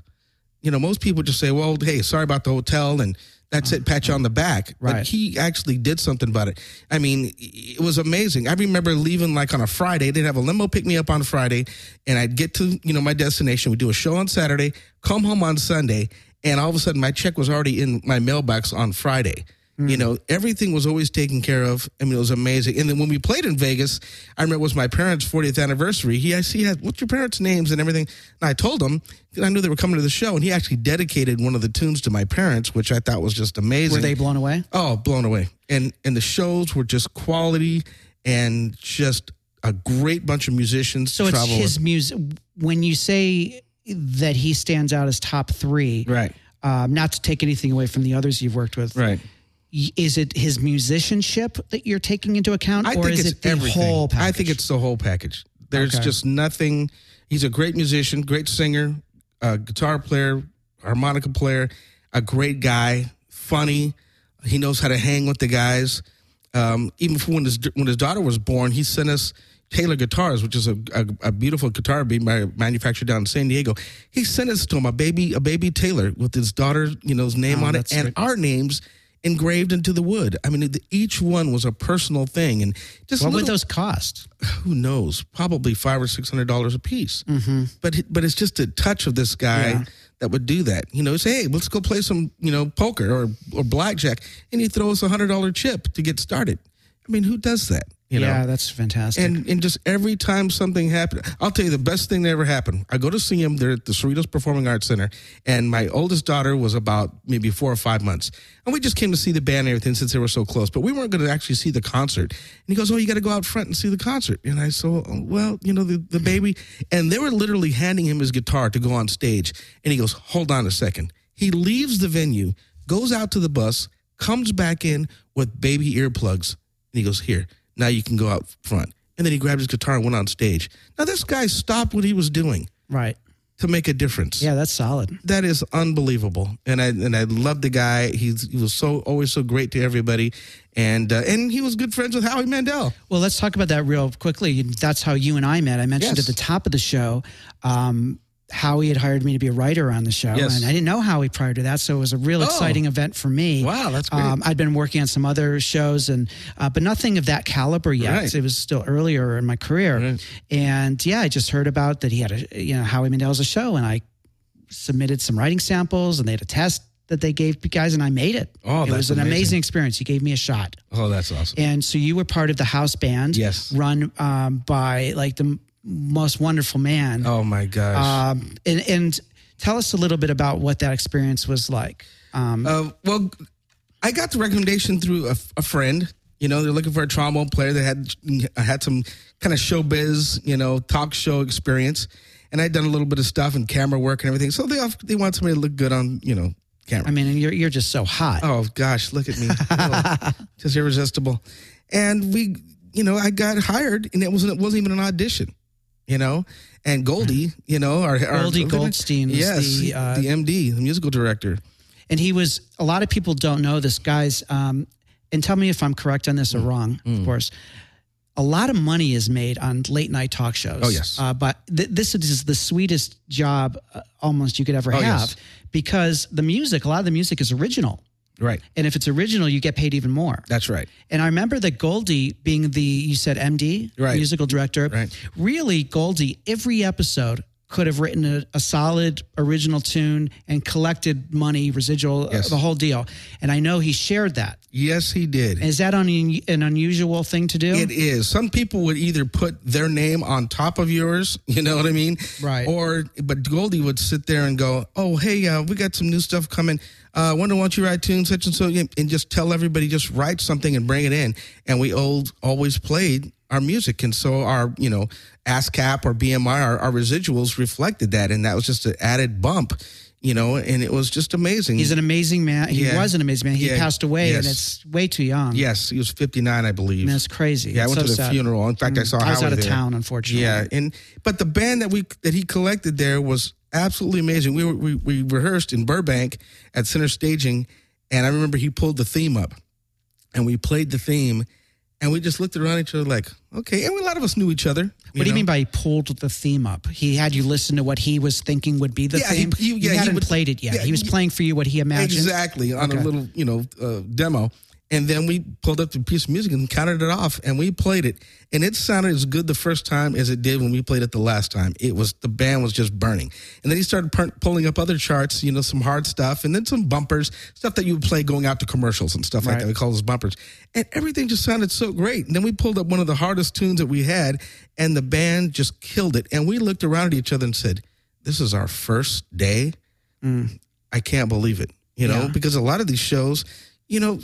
[SPEAKER 2] You know, most people just say, "Well, hey, sorry about the hotel," and That's it, pat you on the back.
[SPEAKER 1] Right.
[SPEAKER 2] But he actually did something about it. I mean, it was amazing. I remember leaving like on a Friday. They'd have a limo pick me up on Friday, and I'd get to you know my destination. We'd do a show on Saturday, come home on Sunday, and all of a sudden my check was already in my mailbox on Friday. You know,
[SPEAKER 1] Hmm.
[SPEAKER 2] everything was always taken care of. I mean, it was amazing. And then when we played in Vegas, I remember it was my parents' 40th anniversary. He asked, he had, what's your parents' names and everything? And I told him, and I knew they were coming to the show. And he actually dedicated one of the tunes to my parents, which I thought was just amazing.
[SPEAKER 1] Were they blown away?
[SPEAKER 2] Oh, blown away. And and the shows were just quality and just a great bunch of musicians
[SPEAKER 1] So it's
[SPEAKER 2] traveling.
[SPEAKER 1] his music. When you say that he stands out as top three,
[SPEAKER 2] right.
[SPEAKER 1] um, not to take anything away from the others you've worked with,
[SPEAKER 2] Right.
[SPEAKER 1] y- is it his musicianship that you're taking into account,
[SPEAKER 2] I
[SPEAKER 1] or
[SPEAKER 2] think
[SPEAKER 1] is
[SPEAKER 2] it's
[SPEAKER 1] it the
[SPEAKER 2] everything.
[SPEAKER 1] whole package?
[SPEAKER 2] I think it's the whole package. There's
[SPEAKER 1] Okay.
[SPEAKER 2] just nothing. He's a great musician, great singer, uh, guitar player, harmonica player, a great guy, funny. He knows how to hang with the guys. Um, even for when his when his daughter was born, he sent us Taylor guitars, which is a, a, a beautiful guitar being ma- manufactured down in San Diego. He sent us to him a baby a baby Taylor with his daughter, you know, his name on
[SPEAKER 1] Oh,
[SPEAKER 2] it
[SPEAKER 1] that's
[SPEAKER 2] and our names engraved into the wood. I mean, the, each one was a personal thing, and just
[SPEAKER 1] what would
[SPEAKER 2] little,
[SPEAKER 1] those cost?
[SPEAKER 2] who knows, probably five or six hundred dollars a piece. But but it's just a touch of this guy that would do that. You know, say, hey, let's go play some you know poker or or blackjack, and you throw us a hundred dollar chip to get started. I mean, who does that? You know.
[SPEAKER 1] yeah, that's fantastic.
[SPEAKER 2] And and just every time something happened, I'll tell you the best thing that ever happened. I go to see him. They're at the Cerritos Performing Arts Center, and my oldest daughter was about maybe four or five months, and we just came to see the band and everything since they were so close. But we weren't going to actually see the concert. And he goes, "Oh, you got to go out front and see the concert." And I so "Oh, well, you know, the the baby, and they were literally handing him his guitar to go on stage, and he goes, "Hold on a second. He leaves the venue, goes out to the bus, comes back in with baby earplugs. And he goes, Here, now you can go out front. And then he grabbed his guitar and went on stage. Now, this guy stopped what he was doing
[SPEAKER 1] right.
[SPEAKER 2] to make a difference.
[SPEAKER 1] Yeah, that's solid.
[SPEAKER 2] That is unbelievable, and I and I love the guy. He's, he was so always so great to everybody, and uh, and he was good friends with Howie Mandel.
[SPEAKER 1] Well, let's talk about that real quickly. That's how you and I met. I mentioned
[SPEAKER 2] Yes.
[SPEAKER 1] at the top of the show um, Howie had hired me to be a writer on the show,
[SPEAKER 2] Yes. Oh.
[SPEAKER 1] and I didn't know Howie prior to that, so it was a real exciting event for me.
[SPEAKER 2] Wow, that's great.
[SPEAKER 1] Um, I'd been working on some other shows, and uh, but nothing of that caliber yet.
[SPEAKER 2] Right.
[SPEAKER 1] It was still earlier in my career, and yeah, I just heard about that he had a you know Howie Mandel's a show, and I submitted some writing samples, and they had a test that they gave guys, and I made it.
[SPEAKER 2] Oh,
[SPEAKER 1] it
[SPEAKER 2] that's
[SPEAKER 1] was an
[SPEAKER 2] amazing.
[SPEAKER 1] amazing experience. He gave me a shot.
[SPEAKER 2] Oh, that's awesome.
[SPEAKER 1] And so you were part of the house band,
[SPEAKER 2] Yes.
[SPEAKER 1] run um, by like the m- most wonderful man.
[SPEAKER 2] Oh my gosh.
[SPEAKER 1] Um, and, and tell us a little bit about what that experience was like. Um,
[SPEAKER 2] Uh, well, I got the recommendation through a, a friend. You know, they're looking for a trombone player that had had some kind of showbiz, you know, talk show experience, and I'd done a little bit of stuff and camera work and everything. So they off, they want somebody to look good on, you know, camera.
[SPEAKER 1] I mean, and you're you're just so hot.
[SPEAKER 2] Oh gosh, look at me, Oh, just irresistible. And we, you know, I got hired, and it wasn't it wasn't even an audition, you know. And Goldie, you know, our, our
[SPEAKER 1] Hmm. Goldie Goldstein was
[SPEAKER 2] yes,
[SPEAKER 1] the, uh,
[SPEAKER 2] the MD, the musical director.
[SPEAKER 1] And he was. A lot of people don't know this, guys. Um, and tell me if I'm correct on
[SPEAKER 2] Mm.
[SPEAKER 1] this or wrong. Of course. A lot of money is made on late night talk shows.
[SPEAKER 2] Oh, yes.
[SPEAKER 1] uh, but th- this is the sweetest job uh, almost you could ever have
[SPEAKER 2] Oh, yes.
[SPEAKER 1] because the music, a lot of the music is original,
[SPEAKER 2] Right,
[SPEAKER 1] and if it's original, you get paid even more.
[SPEAKER 2] that's right.
[SPEAKER 1] And I remember that Goldie being the you said MD,
[SPEAKER 2] Right.
[SPEAKER 1] musical director.
[SPEAKER 2] Right.
[SPEAKER 1] Really, Goldie every episode could have written a, a solid original tune and collected money, residual, uh,
[SPEAKER 2] Yes.
[SPEAKER 1] the whole deal. And I know he shared that.
[SPEAKER 2] Yes, he did.
[SPEAKER 1] Is that on an unusual thing to do?
[SPEAKER 2] It is. Some people would either put their name on top of yours, you know what I mean?
[SPEAKER 1] Right.
[SPEAKER 2] Or, but Goldie would sit there and go, "Oh, hey, uh, we got some new stuff coming. Uh, wonder why don't you write tunes such and so?" And just tell everybody, just write something and bring it in. And we old always played our music, and so our you know ASCAP or BMI, our, our residuals reflected that, and that was just an added bump, you know. And it was just amazing.
[SPEAKER 1] He's an amazing man. He
[SPEAKER 2] Yeah.
[SPEAKER 1] was an amazing man. He
[SPEAKER 2] Yeah.
[SPEAKER 1] passed away, and
[SPEAKER 2] Yes.
[SPEAKER 1] it's way too young.
[SPEAKER 2] yes, he was fifty nine, I believe.
[SPEAKER 1] And it's crazy.
[SPEAKER 2] yeah, I
[SPEAKER 1] It's
[SPEAKER 2] went
[SPEAKER 1] so
[SPEAKER 2] to the
[SPEAKER 1] sad. Mm.
[SPEAKER 2] funeral. In fact, I saw.
[SPEAKER 1] I was
[SPEAKER 2] Howie
[SPEAKER 1] out of
[SPEAKER 2] there.
[SPEAKER 1] town, unfortunately.
[SPEAKER 2] Yeah, and but the band that we that he collected there was absolutely amazing. We were, we we rehearsed in Burbank at Center Staging, and I remember he pulled the theme up, and we played the theme, And we just looked around each other like, okay. And a lot of us knew each other.
[SPEAKER 1] What do you mean by he pulled the theme up? He had you listen to what he was thinking would be the
[SPEAKER 2] Yeah, he-
[SPEAKER 1] theme.
[SPEAKER 2] he- yeah,
[SPEAKER 1] you
[SPEAKER 2] he
[SPEAKER 1] hadn't
[SPEAKER 2] would-
[SPEAKER 1] played it yet.
[SPEAKER 2] yeah,
[SPEAKER 1] he was
[SPEAKER 2] he-
[SPEAKER 1] playing for you what he imagined.
[SPEAKER 2] Exactly on a
[SPEAKER 1] Okay.
[SPEAKER 2] little you know uh, demo, and then we pulled up the piece of music and counted it off, and we played it, and it sounded as good the first time as it did when we played it the last time. It was the band was just burning, and then he started pur- pulling up other charts, you know, some hard stuff, and then some bumpers, stuff that you would play going out to commercials and stuff like that. We call those bumpers, and everything just sounded so great. And then we pulled up one of the hardest tunes that we had, and the band just killed it. And we looked around at each other and said, "This is our first day."
[SPEAKER 1] Mm.
[SPEAKER 2] I can't believe it. You know, because a lot of these shows, you know,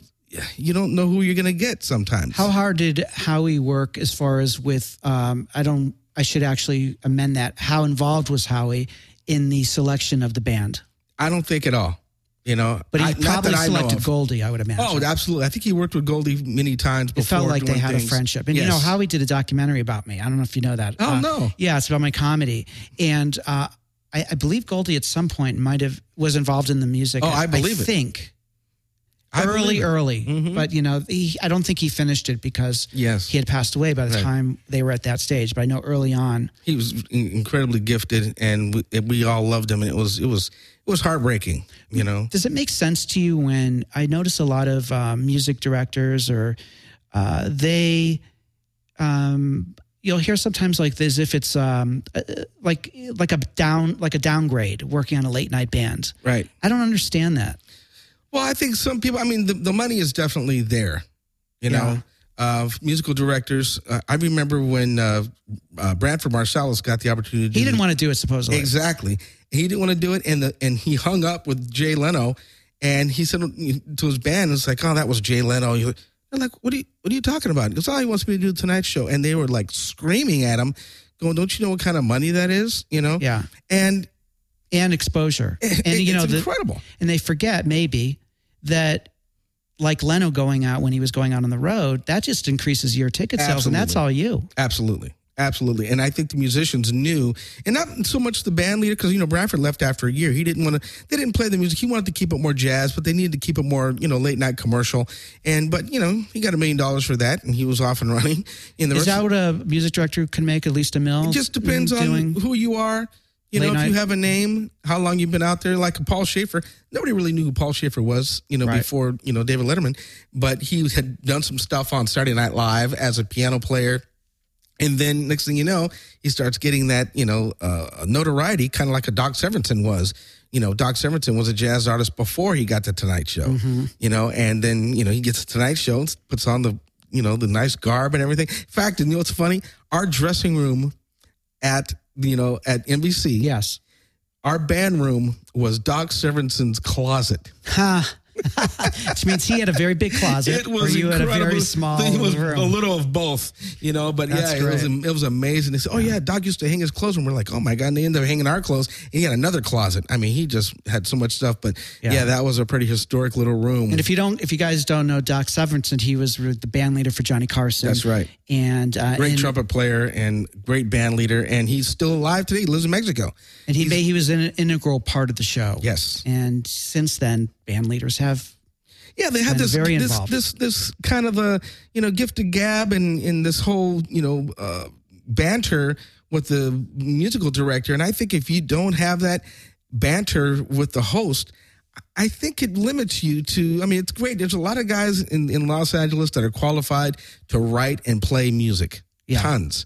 [SPEAKER 2] you don't know who you're going to get sometimes.
[SPEAKER 1] How hard did Howie work as far as with? Um, I don't. I should actually amend that. How involved was Howie in the selection of the band?
[SPEAKER 2] I don't think at all. You know,
[SPEAKER 1] But he
[SPEAKER 2] I, not
[SPEAKER 1] probably
[SPEAKER 2] that I know
[SPEAKER 1] selected
[SPEAKER 2] of.
[SPEAKER 1] Goldie. I would imagine.
[SPEAKER 2] Oh, absolutely. I think he worked with Goldie many times before.
[SPEAKER 1] It felt like they
[SPEAKER 2] doing
[SPEAKER 1] had a
[SPEAKER 2] things.
[SPEAKER 1] friendship. And you
[SPEAKER 2] Yes.
[SPEAKER 1] know, Howie did a documentary about me. I don't know if you know that.
[SPEAKER 2] Oh,
[SPEAKER 1] Uh,
[SPEAKER 2] no.
[SPEAKER 1] Yeah, it's about my comedy. And uh, I, I believe Goldie at some point might have was involved in the music.
[SPEAKER 2] Oh, I believe it.
[SPEAKER 1] think.
[SPEAKER 2] I believe
[SPEAKER 1] early,
[SPEAKER 2] it.
[SPEAKER 1] early.
[SPEAKER 2] Mhm.
[SPEAKER 1] But you know, he, I don't think he finished it because
[SPEAKER 2] Yes.
[SPEAKER 1] he had passed away by the
[SPEAKER 2] Right.
[SPEAKER 1] time they were at that stage. But I know early on.
[SPEAKER 2] He was in- incredibly gifted and we, and we all loved him. And it was, it was, it was heartbreaking, you know?
[SPEAKER 1] Does it make sense to you when I notice a lot of um, music directors or uh, they, um, you'll hear sometimes like this if it's um, uh, like like a down like a downgrade working on a late night band.
[SPEAKER 2] Right.
[SPEAKER 1] I don't understand that.
[SPEAKER 2] Well, I think some people. I mean, the, the money is definitely there. You know, uh, musical directors. Uh, I remember when uh, uh, Bradford Marsalis got the opportunity. To
[SPEAKER 1] He
[SPEAKER 2] do
[SPEAKER 1] didn't want to do it supposedly.
[SPEAKER 2] exactly. He didn't want to do it, and the and he hung up with Jay Leno, and he said to his band, "It's like, oh, that was Jay Leno." He- They're like, "What are you What are you talking about?" He goes, "Oh, he wants me to do the Tonight Show," and they were like screaming at him, going, "Don't you know what kind of money that is?" You know,
[SPEAKER 1] Yeah,
[SPEAKER 2] and
[SPEAKER 1] and exposure, and
[SPEAKER 2] it-
[SPEAKER 1] you know,
[SPEAKER 2] it's
[SPEAKER 1] the,
[SPEAKER 2] incredible.
[SPEAKER 1] and they forget maybe that. Like Leno going out when he was going out on the road, that just increases your ticket sales, and that's all you.
[SPEAKER 2] Absolutely. Absolutely. And I think the musicians knew, and not so much the band leader, because, you know, Bradford left after a year. He didn't want to, they didn't play the music. He wanted to keep it more jazz, but they needed to keep it more, you know, late night commercial. And, but, you know, he got a million dollars for that and he was off and running. And the
[SPEAKER 1] Is
[SPEAKER 2] rest
[SPEAKER 1] that what a music director can make at least a mill?
[SPEAKER 2] it just depends on
[SPEAKER 1] doing-
[SPEAKER 2] who you are. You know,
[SPEAKER 1] Late
[SPEAKER 2] if you
[SPEAKER 1] night.
[SPEAKER 2] have a name, how long you've been out there, like Paul Schaefer. Nobody really knew who Paul Schaefer was, you know,
[SPEAKER 1] Right.
[SPEAKER 2] before, you know, David Letterman, but he had done some stuff on Saturday Night Live as a piano player. And then next thing you know, he starts getting that, you know, uh, notoriety, kind of like a Doc Severinsen was. You know, Doc Severinsen was a jazz artist before he got the Tonight Show. You know, and then you know he gets the Tonight Show, puts on the you know the nice garb and everything. In fact, and you know what's funny? Our dressing room at you know at NBC,
[SPEAKER 1] Yes.
[SPEAKER 2] our band room was Doc Severinsen's closet.
[SPEAKER 1] Ha. Which means he had a very big closet. or you had a very small
[SPEAKER 2] It was
[SPEAKER 1] room.
[SPEAKER 2] a little of both, you know. But
[SPEAKER 1] That's
[SPEAKER 2] yeah, it was it was amazing. They said, "Oh yeah, Doc used to hang his clothes," and we're like, "Oh my god!" And they ended up hanging our clothes. And he had another closet. I mean, he just had so much stuff. But yeah,
[SPEAKER 1] Yeah.
[SPEAKER 2] that was a pretty historic little room.
[SPEAKER 1] and if you don't, if you guys don't know Doc Severinsen, he was the band leader for Johnny Carson.
[SPEAKER 2] That's right.
[SPEAKER 1] And uh,
[SPEAKER 2] great
[SPEAKER 1] and,
[SPEAKER 2] trumpet player and great band leader, and he's still alive today. He lives in Mexico.
[SPEAKER 1] and he made, he was an integral part of the show.
[SPEAKER 2] Yes.
[SPEAKER 1] And since then, band leaders have
[SPEAKER 2] Yeah, they have
[SPEAKER 1] And
[SPEAKER 2] this
[SPEAKER 1] very
[SPEAKER 2] this,
[SPEAKER 1] involved.
[SPEAKER 2] this this kind of a you know gift of gab and in this whole you know uh, banter with the musical director, and I think if you don't have that banter with the host. I think it limits you to. I mean, it's great. There's a lot of guys in, in Los Angeles that are qualified to write and play music.
[SPEAKER 1] Yeah.
[SPEAKER 2] Tons.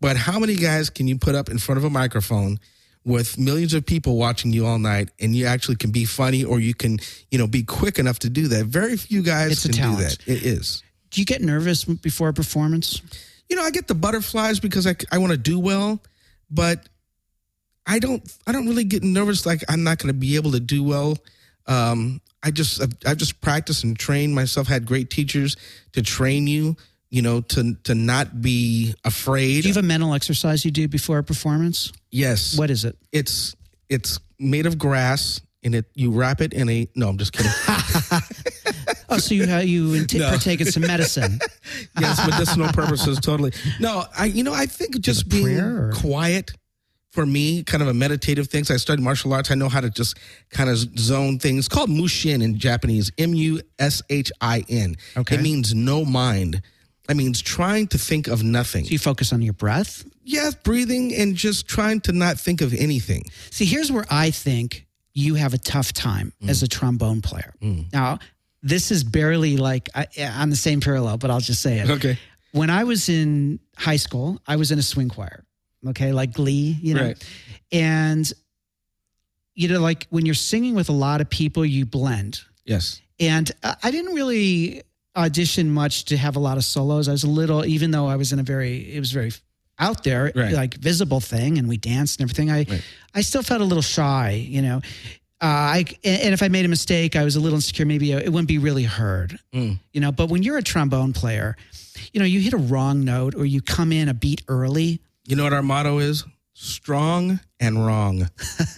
[SPEAKER 2] But how many guys can you put up in front of a microphone with millions of people watching you all night and you actually can be funny or you can, you know, be quick enough to do that? Very few guys
[SPEAKER 1] It's a
[SPEAKER 2] can do
[SPEAKER 1] talent.
[SPEAKER 2] that. It is.
[SPEAKER 1] do you get nervous before a performance?
[SPEAKER 2] You know, I get the butterflies because I, I want to do well, but I don't I don't really get nervous like I'm not going to be able to do well. Um, I just I've, I've just practiced and trained myself. Had great teachers to train you, you know, to to not be afraid.
[SPEAKER 1] Do you have a mental exercise you do before a performance?
[SPEAKER 2] yes,
[SPEAKER 1] What is it?
[SPEAKER 2] it's it's made of grass and it you wrap it in a no i'm just kidding
[SPEAKER 1] Oh, so you how you int- partake in some medicine.
[SPEAKER 2] yes medicinal purposes totally no i you know i think just being
[SPEAKER 1] prayer or-
[SPEAKER 2] quiet for me kind of a meditative things i studied martial arts i know how to just kind of zone things It's called mushin in japanese m-u-s-h-i-n
[SPEAKER 1] Okay.
[SPEAKER 2] it means no mind That means trying to think of nothing.
[SPEAKER 1] Do you focus on your breath?
[SPEAKER 2] Yes, breathing and just trying to not think of anything.
[SPEAKER 1] See, here's where I think you have a tough time as a trombone player. Now, this is barely like I, on the same parallel, but I'll just say it.
[SPEAKER 2] Okay.
[SPEAKER 1] When I was in high school, I was in a swing choir, okay, like Glee, you know,
[SPEAKER 2] Right.
[SPEAKER 1] and you know, like when you're singing with a lot of people, you blend.
[SPEAKER 2] Yes.
[SPEAKER 1] And uh, I didn't really audition much to have a lot of solos. I was a little, even though I was in a very, it was very out there,
[SPEAKER 2] Right.
[SPEAKER 1] like visible thing, and we danced and everything. I,
[SPEAKER 2] Right.
[SPEAKER 1] I still felt a little shy, you know. Uh, I and and if I made a mistake, I was a little insecure. Maybe uh, it wouldn't be really heard,
[SPEAKER 2] Mm.
[SPEAKER 1] you know. But when you're a trombone player, you know you hit a wrong note or you come in a beat early.
[SPEAKER 2] You know what our motto is? Strong and wrong.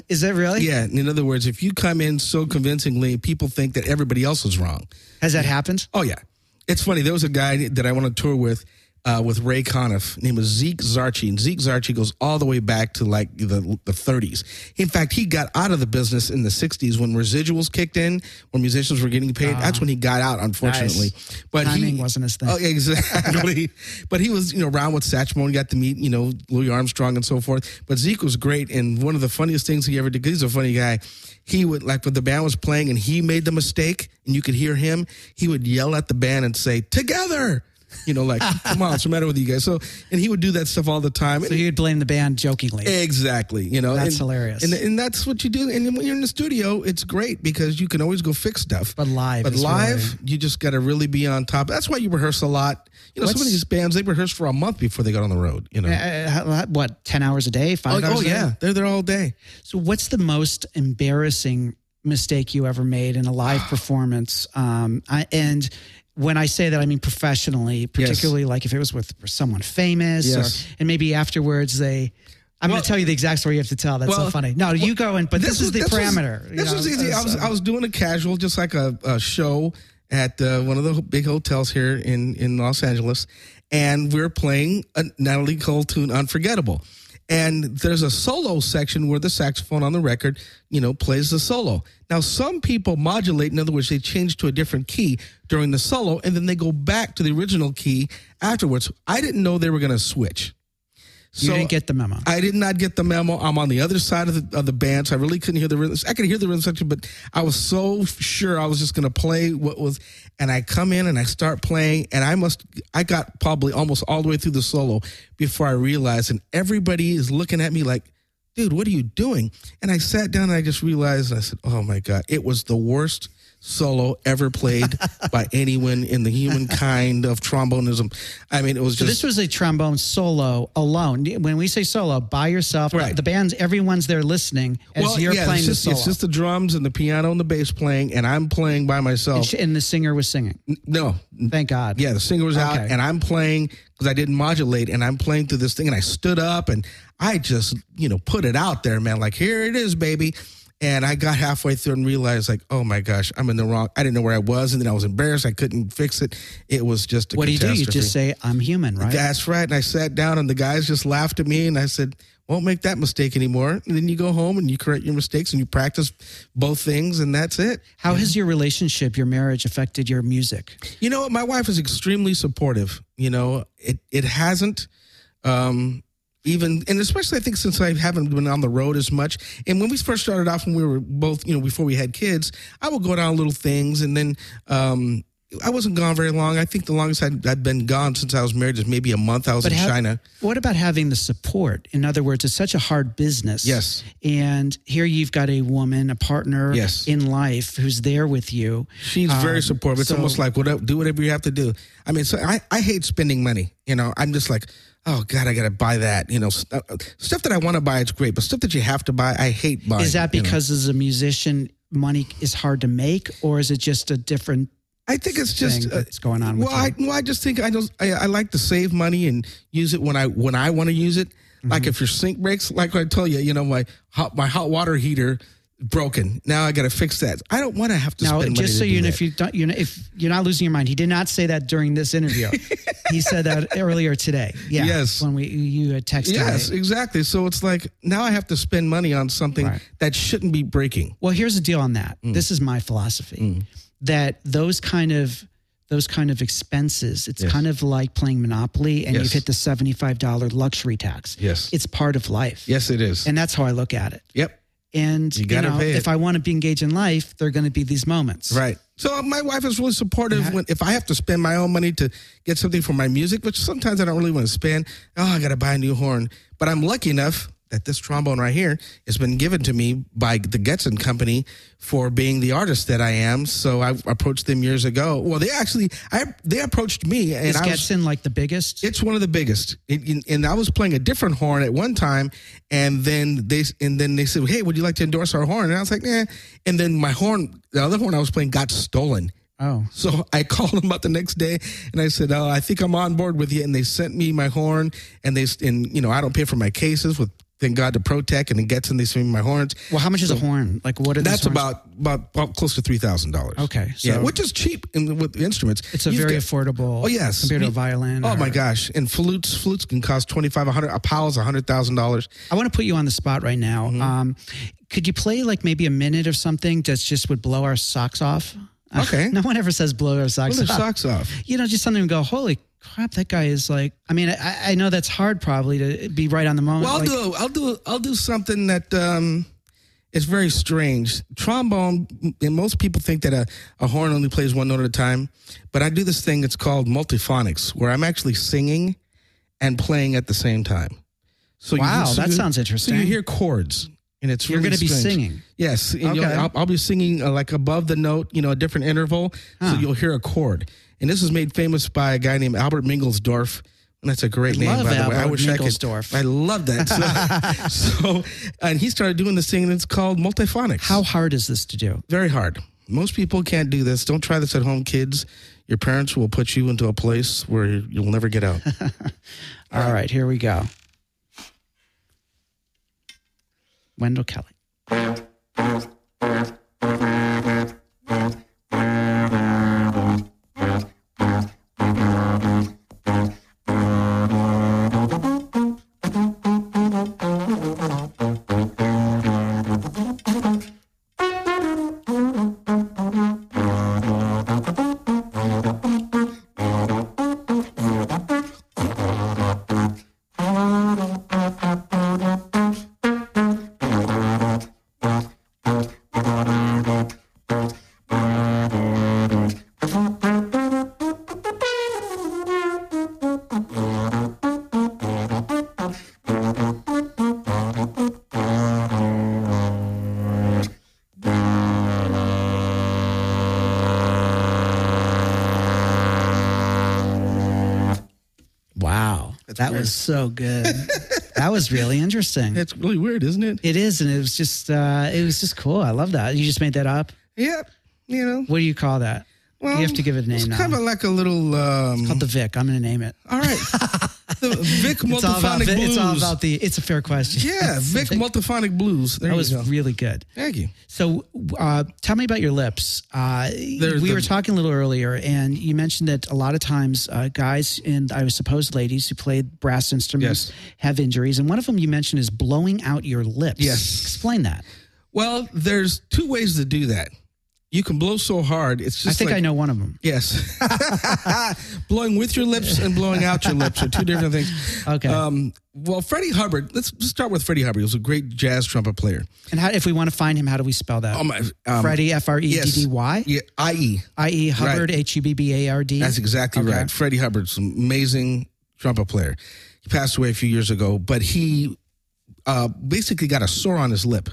[SPEAKER 1] Is that really?
[SPEAKER 2] Yeah. In other words, if you come in so convincingly, people think that everybody else is wrong.
[SPEAKER 1] Has that happened?
[SPEAKER 2] Oh yeah, it's funny. There was a guy that I went on tour with, uh, with Ray Conniff. Name was Zeke Zarchi, and Zeke Zarchi goes all the way back to like the the 30s. In fact, he got out of the business in the 60s when residuals kicked in, when musicians were getting paid. That's when he got out, unfortunately. But
[SPEAKER 1] Ah. Timing
[SPEAKER 2] he,
[SPEAKER 1] wasn't his thing.
[SPEAKER 2] Oh, exactly. but he was, you know, around with Satchmo and got to meet, you know, Louis Armstrong and so forth. But Zeke was great. And one of the funniest things he ever did, 'cause he's a funny guy, he would, like, when the band was playing and he made the mistake and you could hear him, he would yell at the band and say, Together! You know, like, come on, what's the matter with you guys? So, and he would do that stuff all the time.
[SPEAKER 1] So you'd blame the band jokingly.
[SPEAKER 2] Eh. Exactly. You know,
[SPEAKER 1] That's
[SPEAKER 2] and-
[SPEAKER 1] hilarious.
[SPEAKER 2] And, and that's what you do. And then when you're in the studio, it's great because you can always go fix stuff.
[SPEAKER 1] But live
[SPEAKER 2] but
[SPEAKER 1] is
[SPEAKER 2] live,
[SPEAKER 1] really-
[SPEAKER 2] you just got to really be on top. That's why you rehearse a lot. You know, some of
[SPEAKER 1] What's-
[SPEAKER 2] these bands they rehearse for a month before they got on the road. You know,
[SPEAKER 1] Uh, how- what ten hours a day?
[SPEAKER 2] oh,
[SPEAKER 1] Five hours?
[SPEAKER 2] oh
[SPEAKER 1] a day?
[SPEAKER 2] yeah, they're there all day.
[SPEAKER 1] So, what's the most embarrassing mistake you ever made in a live performance? Um, I, and when I say that, I mean professionally, particularly like if it was with someone famous,
[SPEAKER 2] Yes.
[SPEAKER 1] or, and maybe afterwards they. I'm going to tell you the exact story you have to tell. That's so
[SPEAKER 2] well,
[SPEAKER 1] funny. No, you go in, but this, is
[SPEAKER 2] was-
[SPEAKER 1] the
[SPEAKER 2] this was-
[SPEAKER 1] parameter. you
[SPEAKER 2] this
[SPEAKER 1] know,
[SPEAKER 2] was easy. I was
[SPEAKER 1] so-
[SPEAKER 2] I was doing a casual, just like a, a show at uh, one of the big hotels here in in Los Angeles, and we were playing a Natalie Cole tune, "Unforgettable." And there's a solo section where the saxophone on the record, you know, plays the solo. Now, some people modulate, in other words, they change to a different key during the solo, and then they go back to the original key afterwards. I didn't know they were going to switch.
[SPEAKER 1] you
[SPEAKER 2] So-
[SPEAKER 1] didn't get the memo.
[SPEAKER 2] I did not get the memo. I'm on the other side of the, of the band, so I really couldn't hear the rhythm. I could hear the rhythm section, but I was so sure I was just going to play what was. And I come in and I start playing, and I must, I got probably almost all the way through the solo before I realized, and everybody is looking at me like, dude, what are you doing? And I sat down and I just realized, I said, oh my God, it was the worst solo ever played by anyone in the human kind of trombonism. I mean, it was
[SPEAKER 1] so this
[SPEAKER 2] just.
[SPEAKER 1] was a trombone solo alone. When we say solo, by yourself,
[SPEAKER 2] Right.
[SPEAKER 1] the band's everyone's there listening as you're playing
[SPEAKER 2] it's just,
[SPEAKER 1] the solo,
[SPEAKER 2] It's just the drums and the piano and the bass playing, and I'm playing by myself.
[SPEAKER 1] and the singer was singing.
[SPEAKER 2] no,
[SPEAKER 1] Thank God.
[SPEAKER 2] yeah, the singer was out,
[SPEAKER 1] Okay.
[SPEAKER 2] and I'm playing because I didn't modulate, and I'm playing through this thing, and I stood up and I just, you know, put it out there, man. Like here it is, baby. And I got halfway through and realized, like, oh my gosh, I'm in the wrong. I didn't know where I was, and then I was embarrassed. I couldn't fix it. It was just a
[SPEAKER 1] What do you do? You
[SPEAKER 2] catastrophe.
[SPEAKER 1] just say, "I'm human," right?
[SPEAKER 2] That's right. And I sat down, and the guys just laughed at me, and I said, "Won't make that mistake anymore." And then you go home and you correct your mistakes and you practice both things, and that's it.
[SPEAKER 1] How has your relationship, your marriage, affected your music?
[SPEAKER 2] You know, what? my wife is extremely supportive. You know, it it hasn't. Um, even and especially, I think since I haven't been on the road as much, and when we first started off, when we were both, you know, before we had kids, I would go down little things, and then um, I wasn't gone very long. I think the longest I'd, I'd been gone since I was married is maybe a month. I was in
[SPEAKER 1] how-
[SPEAKER 2] China.
[SPEAKER 1] What about having the support? In other words, it's such a hard business.
[SPEAKER 2] Yes.
[SPEAKER 1] And here you've got a woman, a partner
[SPEAKER 2] Yes.
[SPEAKER 1] in life who's there with you.
[SPEAKER 2] She's very supportive. It's
[SPEAKER 1] Um, so-
[SPEAKER 2] almost like whatever, do whatever you have to do. I mean, so I, I hate spending money. You know, I'm just like, oh God, I got to buy that. You know, st- uh, stuff that I want to buy, it's great, but stuff that you have to buy, I hate buying.
[SPEAKER 1] Is that
[SPEAKER 2] you know?
[SPEAKER 1] because as a musician, money is hard to make, or is it just a different
[SPEAKER 2] I think it's
[SPEAKER 1] thing
[SPEAKER 2] just uh,
[SPEAKER 1] that's going on with
[SPEAKER 2] well, I,
[SPEAKER 1] you?
[SPEAKER 2] well, I just think I just I, I like to save money and use it when I when I want to use it.
[SPEAKER 1] Mm-hmm.
[SPEAKER 2] Like if your sink breaks, like I tell you, you know my hot my hot water heater broken. Now I got to fix that. I don't want to have to
[SPEAKER 1] Now,
[SPEAKER 2] spend money.
[SPEAKER 1] just so
[SPEAKER 2] to do
[SPEAKER 1] you know,
[SPEAKER 2] that.
[SPEAKER 1] if you don't, you know, if you're not losing your mind, he did not say that during this interview. he said that earlier today. Yeah,
[SPEAKER 2] Yes.
[SPEAKER 1] when we you had texted.
[SPEAKER 2] Yes,
[SPEAKER 1] me.
[SPEAKER 2] exactly. So it's like now I have to spend money on something
[SPEAKER 1] Right.
[SPEAKER 2] that shouldn't be breaking. Mm.
[SPEAKER 1] Well, here's the deal on that. This is my philosophy that those kind of those kind of expenses. It's kind of like playing Monopoly and
[SPEAKER 2] Yes.
[SPEAKER 1] you've hit the $75 luxury tax.
[SPEAKER 2] Yes.
[SPEAKER 1] It's part of life.
[SPEAKER 2] yes, it is.
[SPEAKER 1] And that's how I look at it.
[SPEAKER 2] yep.
[SPEAKER 1] And
[SPEAKER 2] You
[SPEAKER 1] you,
[SPEAKER 2] gotta
[SPEAKER 1] know,
[SPEAKER 2] pay it.
[SPEAKER 1] if I want to be engaged in life, there are going to be these moments.
[SPEAKER 2] Right. So my wife is really supportive when if I have to spend my own money to get something for my music, which sometimes I don't really want to spend. Oh, I got to buy a new horn. But I'm lucky enough that this trombone right here has been given to me by the Getson Company for being the artist that I am. So I approached them years ago. Well, they actually I they approached me and
[SPEAKER 1] Is
[SPEAKER 2] I was-
[SPEAKER 1] Getson like the biggest?
[SPEAKER 2] it's one of the biggest. It, and- and I was playing a different horn at one time, and then they and then they said, "Hey, would you like to endorse our horn?" And I was like, "Nah." And then my horn, the other horn I was playing, got stolen.
[SPEAKER 1] oh.
[SPEAKER 2] So I called them up the next day, and I said, "Oh, I think I'm on board with you." And they sent me my horn, and they s- and you know I don't pay for my cases with thank God to Protec, and it gets and they send me my horns.
[SPEAKER 1] Well, how much is a horn? Like, what are these
[SPEAKER 2] That's
[SPEAKER 1] horns-
[SPEAKER 2] about, about about close to three thousand dollars.
[SPEAKER 1] Okay,
[SPEAKER 2] yeah,
[SPEAKER 1] so-
[SPEAKER 2] which is cheap in, with the instruments.
[SPEAKER 1] It's a
[SPEAKER 2] You've
[SPEAKER 1] very
[SPEAKER 2] got-
[SPEAKER 1] affordable.
[SPEAKER 2] Oh, yes.
[SPEAKER 1] compared to a
[SPEAKER 2] We-
[SPEAKER 1] violin.
[SPEAKER 2] Oh
[SPEAKER 1] or-
[SPEAKER 2] my gosh! And flutes, flutes can cost twenty five, a hundred. A pal's a hundred thousand dollars.
[SPEAKER 1] I want to put you on the spot right now.
[SPEAKER 2] Mm-hmm.
[SPEAKER 1] Um, could you play like maybe a minute of something that's just would blow our socks off?
[SPEAKER 2] Okay.
[SPEAKER 1] no one ever says blow our socks
[SPEAKER 2] Pull their
[SPEAKER 1] off.
[SPEAKER 2] socks off.
[SPEAKER 1] you know, just something and go, holy crap, that guy is like. I mean, I, I know that's hard probably to be right on the moment.
[SPEAKER 2] Well, I'll
[SPEAKER 1] like,
[SPEAKER 2] do. I'll do. I'll do something that um, is very strange. Trombone, and most people think that a, a horn only plays one note at a time, but I do this thing. It's called multiphonics, where I'm actually singing and playing at the same time. So
[SPEAKER 1] Wow,
[SPEAKER 2] so
[SPEAKER 1] that sounds interesting.
[SPEAKER 2] So you hear chords, and it's
[SPEAKER 1] You're
[SPEAKER 2] really
[SPEAKER 1] gonna be
[SPEAKER 2] strange.
[SPEAKER 1] singing.
[SPEAKER 2] Yes, and you'll-
[SPEAKER 1] Okay.
[SPEAKER 2] I'll, I'll be singing uh, like above the note, you know, a different interval, so you'll hear a chord. And this was made famous by a guy named Albert Mingelsdorf. And that's a great name,
[SPEAKER 1] love
[SPEAKER 2] by the way. I
[SPEAKER 1] Albert
[SPEAKER 2] wish I could.
[SPEAKER 1] Mingelsdorf.
[SPEAKER 2] I love that. So, so, and he started doing this thing, and it's called multiphonics.
[SPEAKER 1] How hard is this to do?
[SPEAKER 2] Very hard. Most people can't do this. Don't try this at home, kids. Your parents will put you into a place where you'll never get out.
[SPEAKER 1] All right, here we go. Wendell Kelly. Wow, that was so good. that was really interesting.
[SPEAKER 2] That's really weird, isn't it?
[SPEAKER 1] It is, and it was just uh, it was just cool. I love that. You just made that up.
[SPEAKER 2] Yeah. You know,
[SPEAKER 1] What do you call that?
[SPEAKER 2] well,
[SPEAKER 1] you have to give it a
[SPEAKER 2] it's
[SPEAKER 1] name now.
[SPEAKER 2] kind of like a little. Um,
[SPEAKER 1] Called the Vic. I'm gonna name it.
[SPEAKER 2] all right. the Vic
[SPEAKER 1] It's all, about,
[SPEAKER 2] multiphonic
[SPEAKER 1] Vi-
[SPEAKER 2] blues.
[SPEAKER 1] it's all about the. It's a fair question.
[SPEAKER 2] Yeah,
[SPEAKER 1] It's-
[SPEAKER 2] Vic Multiphonic Blues. There
[SPEAKER 1] that
[SPEAKER 2] you
[SPEAKER 1] was
[SPEAKER 2] go.
[SPEAKER 1] really good.
[SPEAKER 2] Thank you.
[SPEAKER 1] So, uh, tell me about your lips. Uh, we
[SPEAKER 2] They're the-
[SPEAKER 1] were talking a little earlier, and you mentioned that a lot of times uh, guys and I suppose ladies who play brass instruments
[SPEAKER 2] Yes.
[SPEAKER 1] have injuries, and one of them you mentioned is blowing out your lips.
[SPEAKER 2] Yes.
[SPEAKER 1] explain that.
[SPEAKER 2] Well, there's two ways to do that. You can blow so hard, it's just
[SPEAKER 1] I think
[SPEAKER 2] like,
[SPEAKER 1] I know one of them.
[SPEAKER 2] Yes. blowing with your lips and blowing out your lips are two different things.
[SPEAKER 1] Okay.
[SPEAKER 2] Um, well, Freddie Hubbard, let's just start with Freddie Hubbard. He was a great jazz trumpet player.
[SPEAKER 1] And how, if we want to find him, how do we spell that?
[SPEAKER 2] Oh my, um,
[SPEAKER 1] Freddie F R E D
[SPEAKER 2] yes.
[SPEAKER 1] D Y.
[SPEAKER 2] Yeah, E. I.E.
[SPEAKER 1] I.E. Hubbard, H U B B A R D.
[SPEAKER 2] That's exactly right. Freddie Hubbard's an amazing trumpet player. He passed away a few years ago, but he uh, basically got a sore on his lip,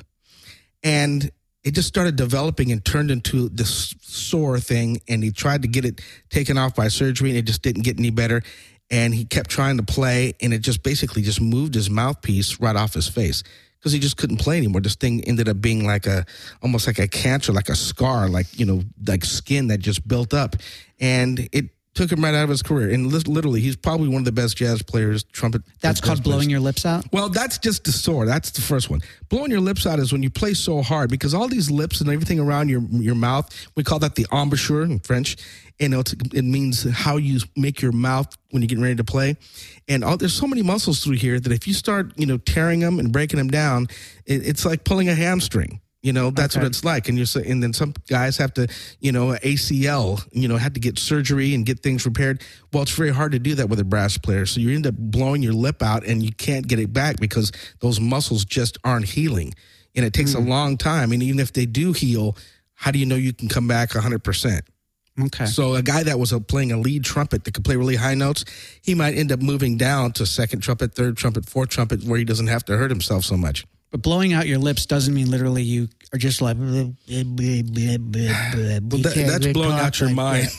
[SPEAKER 2] and it just started developing and turned into this sore thing. And he tried to get it taken off by surgery, and it just didn't get any better. And he kept trying to play, and it just basically just moved his mouthpiece right off his face because he just couldn't play anymore. This thing ended up being like a almost like a cancer, like a scar, like you know, like skin that just built up, and it took him right out of his career. And lit- literally, he's probably one of the best jazz players, trumpet.
[SPEAKER 1] That's
[SPEAKER 2] jazz
[SPEAKER 1] called
[SPEAKER 2] players.
[SPEAKER 1] blowing your lips out.
[SPEAKER 2] Well, that's just the sore. That's the first one. Blowing your lips out is when you play so hard because all these lips and everything around your your mouth, we call that the embouchure in French. And it's, it means how you make your mouth when you're getting ready to play. And all, there's so many muscles through here that if you start, you know, tearing them and breaking them down, it, it's like pulling a hamstring. You know, that's
[SPEAKER 1] Okay.
[SPEAKER 2] what it's like. And you're so- and then some guys have to, you know, ACL, you know, had to get surgery and get things repaired. Well, it's very hard to do that with a brass player. So you end up blowing your lip out and you can't get it back because those muscles just aren't healing. And it takes a long time. And even if they do heal, how do you know you can come back 100%?
[SPEAKER 3] Okay.
[SPEAKER 2] So a guy that was uh playing a lead trumpet that could play really high notes, he might end up moving down to second trumpet, third trumpet, fourth trumpet, where he doesn't have to hurt himself so much.
[SPEAKER 1] But blowing out your lips doesn't mean literally you are just like. Well,
[SPEAKER 2] That- that's blowing out your mind.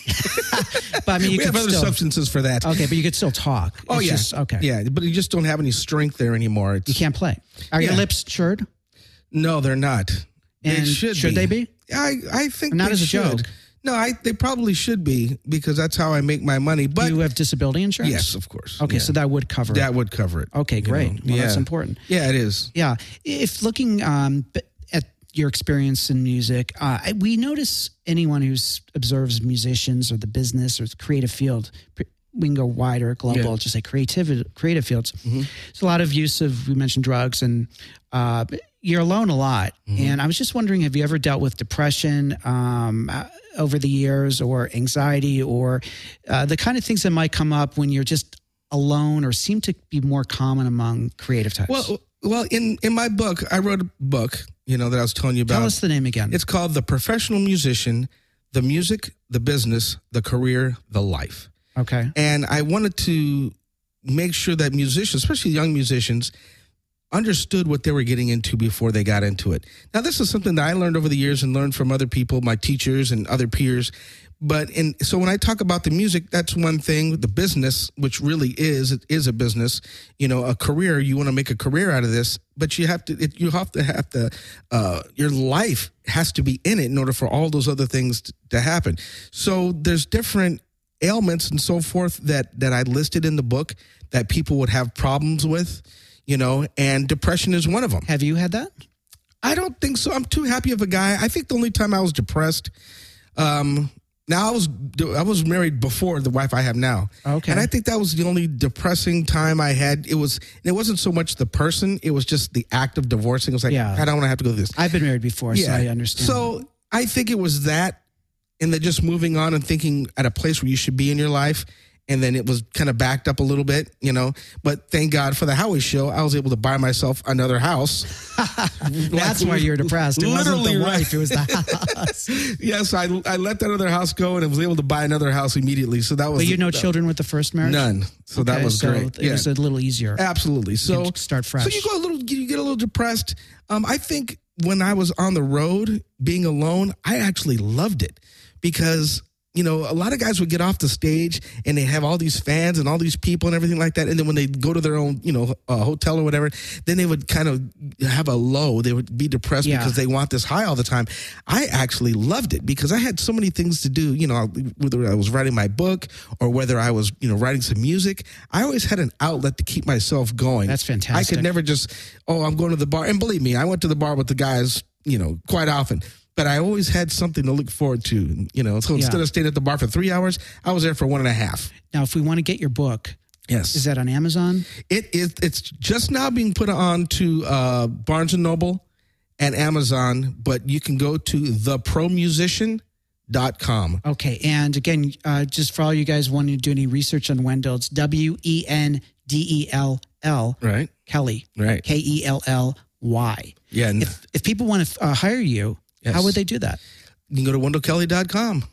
[SPEAKER 1] But I mean, you
[SPEAKER 2] we
[SPEAKER 1] can
[SPEAKER 2] have other
[SPEAKER 1] still.
[SPEAKER 2] substances for that.
[SPEAKER 1] okay, but you could still talk.
[SPEAKER 2] oh
[SPEAKER 1] It's
[SPEAKER 2] yeah,
[SPEAKER 1] just- okay.
[SPEAKER 2] yeah, but you just don't have any strength there anymore. It's,
[SPEAKER 1] You can't play. Are your
[SPEAKER 2] Yeah.
[SPEAKER 1] lips chewed?
[SPEAKER 2] No, they're not.
[SPEAKER 1] And
[SPEAKER 2] they should
[SPEAKER 1] should
[SPEAKER 2] be.
[SPEAKER 1] they be?
[SPEAKER 2] I I think
[SPEAKER 1] Not
[SPEAKER 2] they
[SPEAKER 1] as a
[SPEAKER 2] should.
[SPEAKER 1] joke.
[SPEAKER 2] No, I they probably should be because that's how I make my money. But
[SPEAKER 1] Do you have disability insurance?
[SPEAKER 2] Uh, yes, of course.
[SPEAKER 1] Okay,
[SPEAKER 2] Yeah.
[SPEAKER 1] so that would cover.
[SPEAKER 2] that would cover it.
[SPEAKER 1] it. Okay, great. Well, that's
[SPEAKER 2] yeah.
[SPEAKER 1] important.
[SPEAKER 2] Yeah, it is.
[SPEAKER 1] Yeah. If looking um, b- at your experience in music, uh, I- we notice anyone who observes musicians or the business or the creative field, pre- we can go wider, global, just say creative, creative fields. There's a lot of use of, we mentioned drugs and uh, you're alone a lot. And I was just wondering, have you ever dealt with depression um, uh, over the years or anxiety or uh, the kind of things that might come up when you're just alone or seem to be more common among creative types?
[SPEAKER 2] Well, well, in in my book, I wrote a book, you know, that I was telling you about.
[SPEAKER 1] Tell us the name again.
[SPEAKER 2] It's called The Professional Musician, The Music, The Business, The Career, The Life.
[SPEAKER 1] okay.
[SPEAKER 2] And I wanted to make sure that musicians, especially young musicians, understood what they were getting into before they got into it. Now, this is something that I learned over the years and learned from other people, my teachers and other peers. But and so when I talk about the music, that's one thing. The business, which really is it is a business, you know, a career. You want to make a career out of this, but you have to. It, you have to have to. Uh, your life has to be in it in order for all those other things to, to happen. So there's different ailments and so forth that that I listed in the book that people would have problems with, you know, and depression is one of them.
[SPEAKER 1] Have you had that?
[SPEAKER 2] I don't think so. I'm too happy of a guy. I think the only time I was depressed, um, now I was I was married before the wife I have now.
[SPEAKER 1] Okay.
[SPEAKER 2] and I think that was the only depressing time I had. It was it wasn't so much the person; it was just the act of divorcing. It was like
[SPEAKER 1] Yeah.
[SPEAKER 2] I don't want to have to go through this.
[SPEAKER 1] I've been married before, so I understand.
[SPEAKER 2] So I think it was that, and then just moving on and thinking at a place where you should be in your life. And then it was kind of backed up a little bit, you know. But thank God for the Howie show, I was able to buy myself another house.
[SPEAKER 1] that's why you're depressed. It wasn't the
[SPEAKER 2] Literally, right.
[SPEAKER 1] wife; it was the house.
[SPEAKER 2] yes, I, I let that other house go and I was able to buy another house immediately. So that was
[SPEAKER 1] but you know,
[SPEAKER 2] that-
[SPEAKER 1] children with the first marriage.
[SPEAKER 2] none. So that
[SPEAKER 1] Okay,
[SPEAKER 2] was
[SPEAKER 1] so
[SPEAKER 2] great.
[SPEAKER 1] It was a little easier.
[SPEAKER 2] Absolutely. So
[SPEAKER 1] can start fresh.
[SPEAKER 2] So you go a little, you get a little depressed. Um, I think when I was on the road being alone, I actually loved it because you know a lot of guys would get off the stage and they have all these fans and all these people and everything like that. And then when they go to their own, you know, uh, hotel or whatever, then they would kind of have a low. They would be depressed
[SPEAKER 1] Yeah.
[SPEAKER 2] because they want this high all the time. I actually loved it because I had so many things to do. You know, whether I was writing my book or whether I was, you know, writing some music, I always had an outlet to keep myself going.
[SPEAKER 1] That's
[SPEAKER 2] I
[SPEAKER 1] fantastic.
[SPEAKER 2] could never just, oh, I'm going to the bar. And believe me, I went to the bar with the guys, you know, quite often. But I always had something to look forward to, you know. So instead of staying at the bar for three hours, I was there for one and a half.
[SPEAKER 1] Now, if we want to get your book,
[SPEAKER 2] Yes,
[SPEAKER 1] is that on Amazon?
[SPEAKER 2] it is. It's just now being put on to uh, Barnes and Noble and Amazon, but you can go to thepromusician.com.
[SPEAKER 1] Okay. And again, uh, just for all you guys wanting to do any research on Wendell, it's W E N D E L L
[SPEAKER 2] Right,
[SPEAKER 1] Kelly
[SPEAKER 2] right.
[SPEAKER 1] K E L L Y.
[SPEAKER 2] Yeah, and
[SPEAKER 1] If if people want to uh, hire you,
[SPEAKER 2] Yes.
[SPEAKER 1] how would they do that?
[SPEAKER 2] you can go to wendellkelly.com.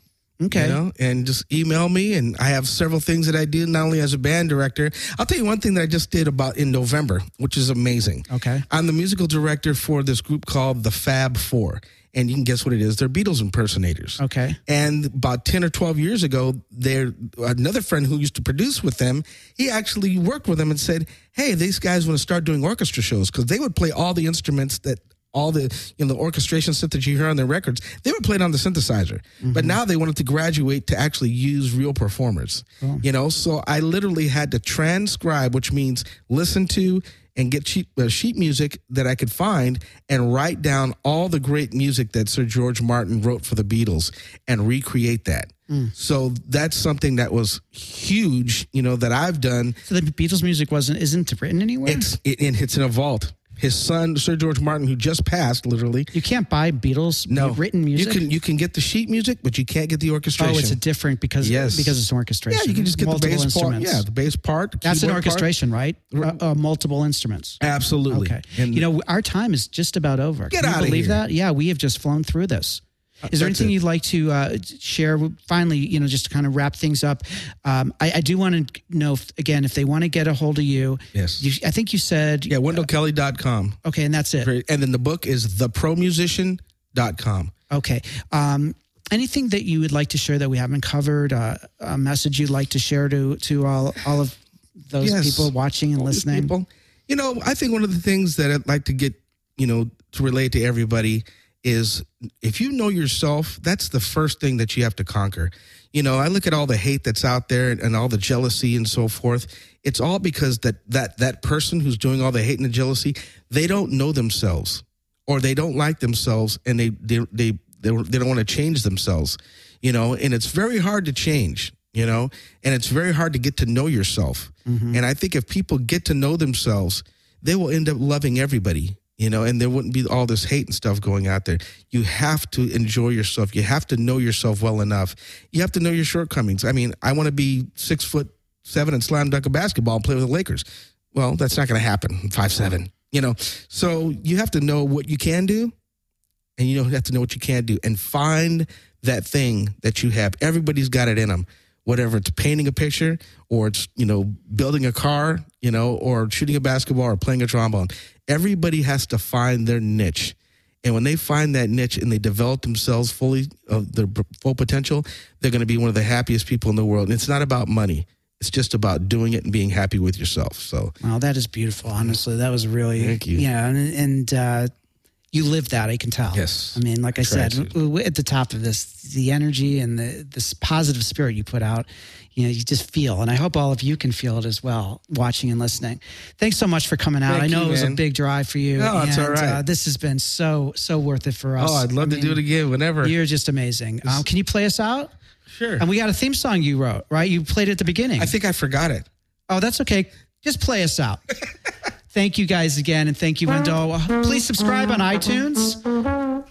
[SPEAKER 1] Okay.
[SPEAKER 2] You know, and just email me. And I have several things that I do, not only as a band director. I'll tell you one thing that I just did about in November, which is amazing.
[SPEAKER 1] Okay.
[SPEAKER 2] I'm the musical director for this group called the Fab Four. And you can guess what it is. They're Beatles impersonators.
[SPEAKER 1] Okay.
[SPEAKER 2] And about 10 or 12 years ago, there another friend who used to produce with them, he actually worked with them and said, "Hey, these guys want to start doing orchestra shows cuz they would play all the instruments that all the you know the orchestration stuff that you hear on their records, they would play it on the synthesizer. But now they wanted to graduate to actually use real performers. You know, so I literally had to transcribe, which means listen to and get sheet, uh, sheet music that I could find and write down all the great music that Sir George Martin wrote for the Beatles and recreate that.
[SPEAKER 1] Mm.
[SPEAKER 2] So that's something that was huge, you know, that I've done.
[SPEAKER 1] So the Beatles music wasn't isn't written anywhere.
[SPEAKER 2] It's it, and it's in a vault. His son, Sir George Martin, who just passed, literally.
[SPEAKER 1] You can't buy Beatles
[SPEAKER 2] No
[SPEAKER 1] written music.
[SPEAKER 2] You can you can get the sheet music, but you can't get the orchestration.
[SPEAKER 1] oh, it's a different because
[SPEAKER 2] Yes.
[SPEAKER 1] because it's an orchestration.
[SPEAKER 2] yeah, you can just get
[SPEAKER 1] multiple
[SPEAKER 2] the bass part.
[SPEAKER 1] instruments.
[SPEAKER 2] Yeah, the bass part. the
[SPEAKER 1] That's an
[SPEAKER 2] keyboard part.
[SPEAKER 1] orchestration, right? Uh, uh, multiple instruments.
[SPEAKER 2] Absolutely.
[SPEAKER 1] Okay.
[SPEAKER 2] And
[SPEAKER 1] you know, our time is just about over. Can
[SPEAKER 2] Get
[SPEAKER 1] you
[SPEAKER 2] outta
[SPEAKER 1] believe
[SPEAKER 2] here. Uh,
[SPEAKER 1] that? Yeah, we have just flown through this. Is there
[SPEAKER 2] that's
[SPEAKER 1] anything
[SPEAKER 2] it.
[SPEAKER 1] you'd like to uh, share? Finally, you know, just to kind of wrap things up. Um, I, I do want to know if, again if they want to get a hold of you.
[SPEAKER 2] Yes.
[SPEAKER 1] You, I think you said.
[SPEAKER 2] yeah, WendellKelly.com.
[SPEAKER 1] Okay, and that's it.
[SPEAKER 2] Great. And then the book is thepromusician.com.
[SPEAKER 1] Okay. Um, anything that you would like to share that we haven't covered? Uh, a message you'd like to share to to all all of those
[SPEAKER 2] Yes.
[SPEAKER 1] people watching and listening?
[SPEAKER 2] People, you know, I think one of the things that I'd like to get, you know, to relate to everybody is if you know yourself, that's the first thing that you have to conquer. You know, I look at all the hate that's out there and, and all the jealousy and so forth. It's all because that that that person who's doing all the hate and the jealousy, they don't know themselves or they don't like themselves and they they they they, they don't want to change themselves you know and it's very hard to change you know and it's very hard to get to know yourself
[SPEAKER 1] Mm-hmm.
[SPEAKER 2] and i think if people get to know themselves they will end up loving everybody you know and there wouldn't be all this hate and stuff going out there you have to enjoy yourself you have to know yourself well enough you have to know your shortcomings i mean i want to be six foot seven and slam dunk a basketball and play with the lakers well that's not going to happen five seven you know so you have to know what you can do and you know you have to know what you can do and find that thing that you have everybody's got it in them whatever it's painting a picture or it's you know building a car you know or shooting a basketball or playing a trombone everybody has to find their niche and when they find that niche and they develop themselves fully of their p- full potential they're going to be one of the happiest people in the world and it's not about money it's just about doing it and being happy with yourself so
[SPEAKER 1] Wow, that is beautiful. Honestly, that was really
[SPEAKER 2] Thank you.
[SPEAKER 1] Yeah, and, and uh, you live that. I can tell.
[SPEAKER 2] Yes.
[SPEAKER 1] I mean, like I,
[SPEAKER 2] tried
[SPEAKER 1] said,
[SPEAKER 2] to.
[SPEAKER 1] w- w- at the top of this, the energy and the this positive spirit you put out, you know, you just feel, and I hope all of you can feel it as well, watching and listening. Thanks so much for coming out.
[SPEAKER 2] Thank
[SPEAKER 1] I know
[SPEAKER 2] you,
[SPEAKER 1] it was a
[SPEAKER 2] man.
[SPEAKER 1] big drive for you.
[SPEAKER 2] No, it's all
[SPEAKER 1] and,
[SPEAKER 2] right.
[SPEAKER 1] Uh, this has been so so worth it for us.
[SPEAKER 2] oh i'd love to do it again whenever
[SPEAKER 1] You're just amazing. Um, can you play us out?
[SPEAKER 2] sure
[SPEAKER 1] And we got a theme song you wrote, right? You played it at the beginning.
[SPEAKER 2] i think i forgot it
[SPEAKER 1] Oh, that's okay. Just play us out. thank you guys again, and thank you, Wendell. Please subscribe on iTunes.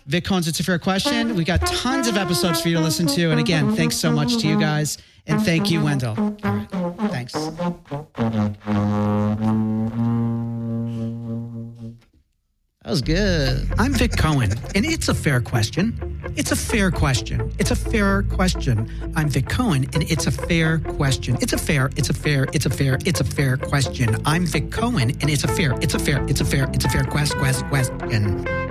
[SPEAKER 1] Vic Cohn's It's a Fair Question. We got tons of episodes for you to listen to. And again, thanks so much to you guys. And thank you, Wendell. All right. Thanks. That was good.
[SPEAKER 4] I'm Vic Cohen, and it's a fair question. It's a fair question. It's a fair question. I'm Vic Cohen, and it's a fair question. It's a fair, it's a fair, it's a fair, it's a fair question. I'm Vic Cohen, and it's a fair, it's a fair, it's a fair, it's a fair, it's a fair quest, quest, question.